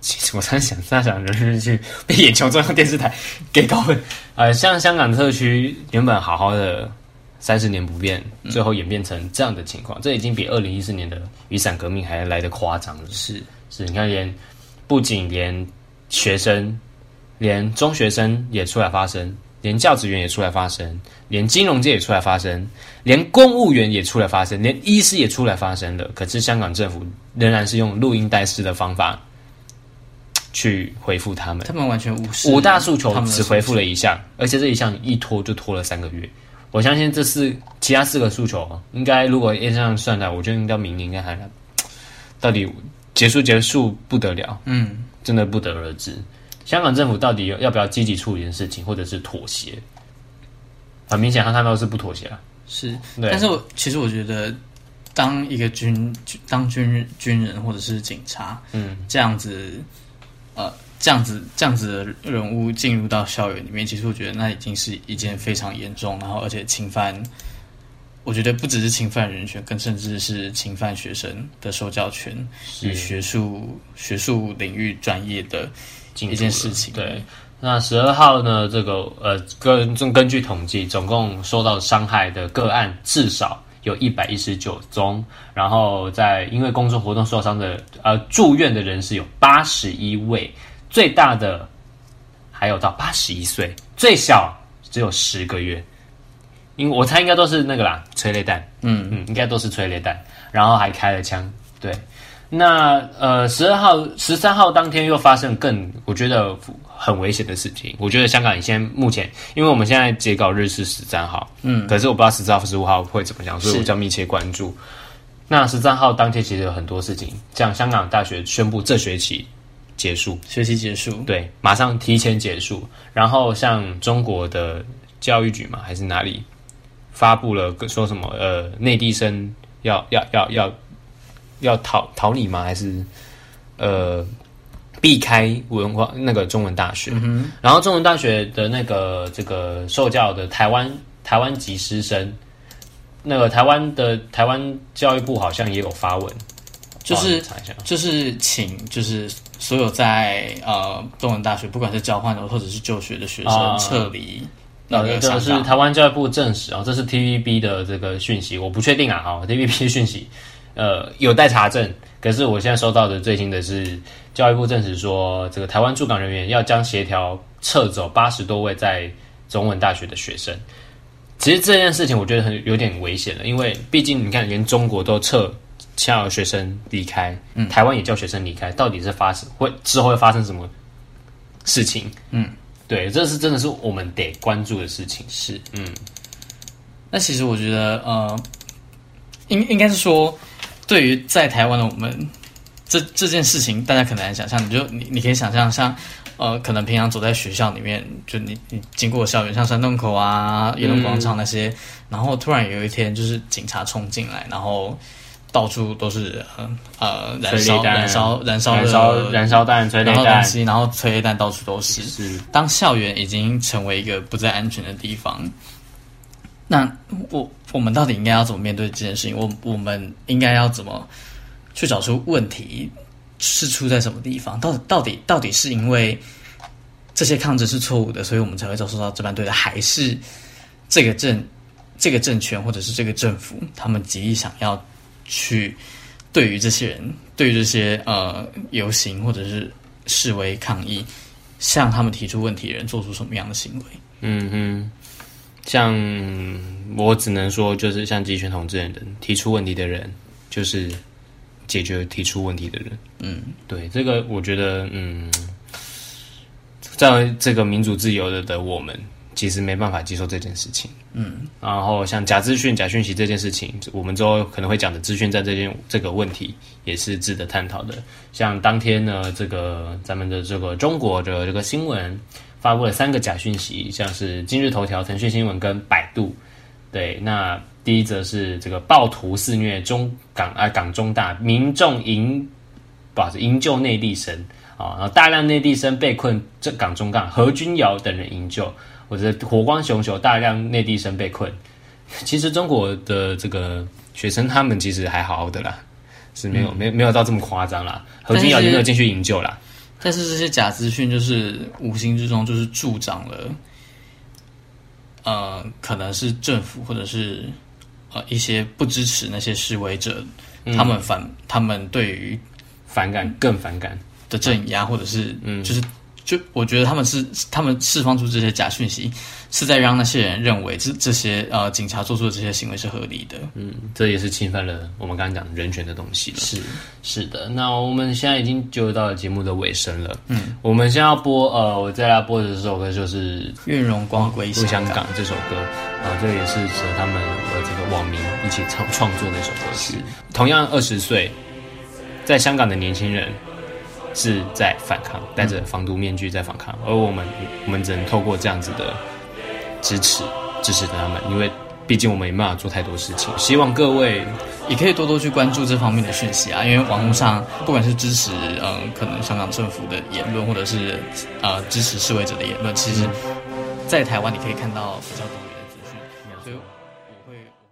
[SPEAKER 3] 其实我在想，在想就是去被眼球中央电视台给搞混。呃，像香港特区原本好好的三十年不变，最后演变成这样的情况，这已经比二零一四年的雨伞革命还来的夸张了。
[SPEAKER 1] 是
[SPEAKER 3] 是，你看连不仅连学生，连中学生也出来发声，连教职员也出来发声，连金融界也出来发声，连公务员也出来发声，连医师也出来发声了。可是香港政府仍然是用录音带式的方法去回复他们
[SPEAKER 1] 他。们完全无视
[SPEAKER 3] 五大诉求
[SPEAKER 1] 他们的
[SPEAKER 3] 只回复
[SPEAKER 1] 诉
[SPEAKER 3] 了一项，而且这一项一拖就拖了三个月。我相信这四其他四个诉求，啊应该如果这样算来，我觉得应该明年应该还来，到底结束结束不得了，
[SPEAKER 1] 求，嗯，
[SPEAKER 3] 真的不得而知。香港政府到底要不要积极处理这件事情，或者是妥协？很明显，他看到的是不妥协了。啊
[SPEAKER 1] 是。
[SPEAKER 3] 对
[SPEAKER 1] 但是我其实我觉得，当一个军当军军人或者是警察
[SPEAKER 3] 嗯，
[SPEAKER 1] 这样子，呃，这样子这样子的人物进入到校园里面，其实我觉得那已经是一件非常严重，然后而且侵犯。我觉得不只是侵犯人权，更甚至是侵犯学生的受教权与学术学术领域专业的
[SPEAKER 3] 进入
[SPEAKER 1] 一件
[SPEAKER 3] 了
[SPEAKER 1] 事情。
[SPEAKER 3] 对，那十二号呢？这个呃，根根据统计，总共受到伤害的个案至少有一百一十九宗，然后在因为公众活动受伤的呃住院的人士有八十一位，最大的还有到八十一岁，最小只有十个月。因为我猜应该都是那个啦，催泪弹，
[SPEAKER 1] 嗯
[SPEAKER 3] 嗯，应该都是催泪弹，然后还开了枪，对。那呃，十二号、十三号当天又发生更我觉得很危险的事情。我觉得香港现在目前，因为我们现在截稿日是十三号，嗯，可是我不知道十四号、十五号会怎么样，所以我
[SPEAKER 1] 是
[SPEAKER 3] 叫密切关注。那十三号当天其实有很多事情，像香港大学宣布这学期结束，
[SPEAKER 1] 学期结束，
[SPEAKER 3] 对，马上提前结束。然后像中国的教育局嘛，还是哪里发布了个说什么呃，内地生要要要要要逃逃离吗？还是呃避开文化那个中文大学？
[SPEAKER 1] 嗯
[SPEAKER 3] 然后中文大学的那个这个受教的台湾台湾籍师生。那个台湾的台湾教育部好像也有发文，
[SPEAKER 1] 就是
[SPEAKER 3] 帮我哦查一下
[SPEAKER 1] 就是请就是所有在呃中文大学，不管是交换的或者是就学的学
[SPEAKER 3] 啊
[SPEAKER 1] 生撤离那
[SPEAKER 3] 那
[SPEAKER 1] 个
[SPEAKER 3] 这
[SPEAKER 1] 香
[SPEAKER 3] 个是
[SPEAKER 1] 港，
[SPEAKER 3] 台湾教育部证实哦，这是 TVB 的这个讯息，我不确定啊，好 TVB 讯息，呃，有待查证。可是我现在收到的最新的是，教育部证实说，这个台湾驻港人员要将协调撤走八十多位在中文大学的学生。其实这件事情我觉得很有点危险了，因为毕竟你看，连中国都撤叫学生离开，台湾也叫学生离开，到底是发生会之后会发生什么事情？对，这是真的是我们得关注的事情。是，嗯，
[SPEAKER 1] 那其实我觉得呃，应应该是说，对于在台湾的我们，这这件事情大家可能很难想象，你就你你可以想象像。呃，可能平常走在学校里面，就你你经过校园，像山洞口啊、圆龙广场那些，
[SPEAKER 3] 嗯
[SPEAKER 1] 然后突然有一天就是警察冲进来，然后到处都是呃呃燃
[SPEAKER 3] 催
[SPEAKER 1] 烧
[SPEAKER 3] 泪弹啊
[SPEAKER 1] 燃烧燃烧
[SPEAKER 3] 燃
[SPEAKER 1] 的
[SPEAKER 3] 烧燃烧弹、催泪
[SPEAKER 1] 然后
[SPEAKER 3] 弹
[SPEAKER 1] 东，西，然后催泪弹到处都是。
[SPEAKER 3] 是
[SPEAKER 1] 当校园已经成为一个不再安全的地方，那我我们到底应该要怎么面对这件事情？我我们应该要怎么去找出问题是出在什么地方？到底到底到底是因为这些抗争是错误的，所以我们才会遭受到这般对待，还是这个政这个政权或者是这个政府他们极力想要去对于这些人，对于这些呃游行或者是示威抗议，向他们提出问题的人做出什么样的行为？
[SPEAKER 3] 嗯哼。像我只能说，就是像集权统治的人提出问题的人，就是解决提出问题的人。
[SPEAKER 1] 嗯，
[SPEAKER 3] 对，这个我觉得，嗯，在这个民主自由的的我们，其实没办法接受这件事情。嗯，然后像假资讯、假讯息这件事情，我们之后可能会讲的资讯战这件这个问题，也是值得探讨的。像当天呢，这个咱们的这个中国的这个新闻发布了三个假讯息，像是今日头条、腾讯新闻跟百度。对，那第一则是这个暴徒肆虐中港啊港中大，民众营不好意思，营救内地生啊，然后大量内地生被困这港中港，何君尧等人营救，或者火光熊熊，大量内地生被困。其实中国的这个学生他们其实还好好的啦，是没有、没有没有到这么夸张啦。何君尧也没有进去营救啦，
[SPEAKER 1] 但是这些假资讯就是无形之中就是助长了，呃，可能是政府或者是呃一些不支持那些示威者，他们反他们对于
[SPEAKER 3] 反感更反感。
[SPEAKER 1] 的镇压，或者是嗯，就是就我觉得他们是他们释放出这些假讯息，是在让那些人认为这这些呃警察做出的这些行为是合理的。嗯，
[SPEAKER 3] 这也是侵犯了我们刚刚讲人权的东西了。
[SPEAKER 1] 是
[SPEAKER 3] 是的，那我们现在已经就到了节目的尾声了。嗯，我们现在要播呃，我再来播的这首歌就是
[SPEAKER 1] 愿荣光归
[SPEAKER 3] 《入香
[SPEAKER 1] 香
[SPEAKER 3] 港》这首歌，啊、这也是和他们和这个网民一起创创作的一首歌曲。同样二十岁，在香港的年轻人是在反抗，戴着防毒面具在反抗，而我们我们只能透过这样子的支持支持他们，因为毕竟我们也没办法做太多事情。希望各位
[SPEAKER 1] 也可以多多去关注这方面的讯息啊，因为网络上不管是支持嗯、呃可能香港政府的言论，或者是呃支持示威者的言论，其实，在台湾你可以看到比较多元的资讯，所以我会。我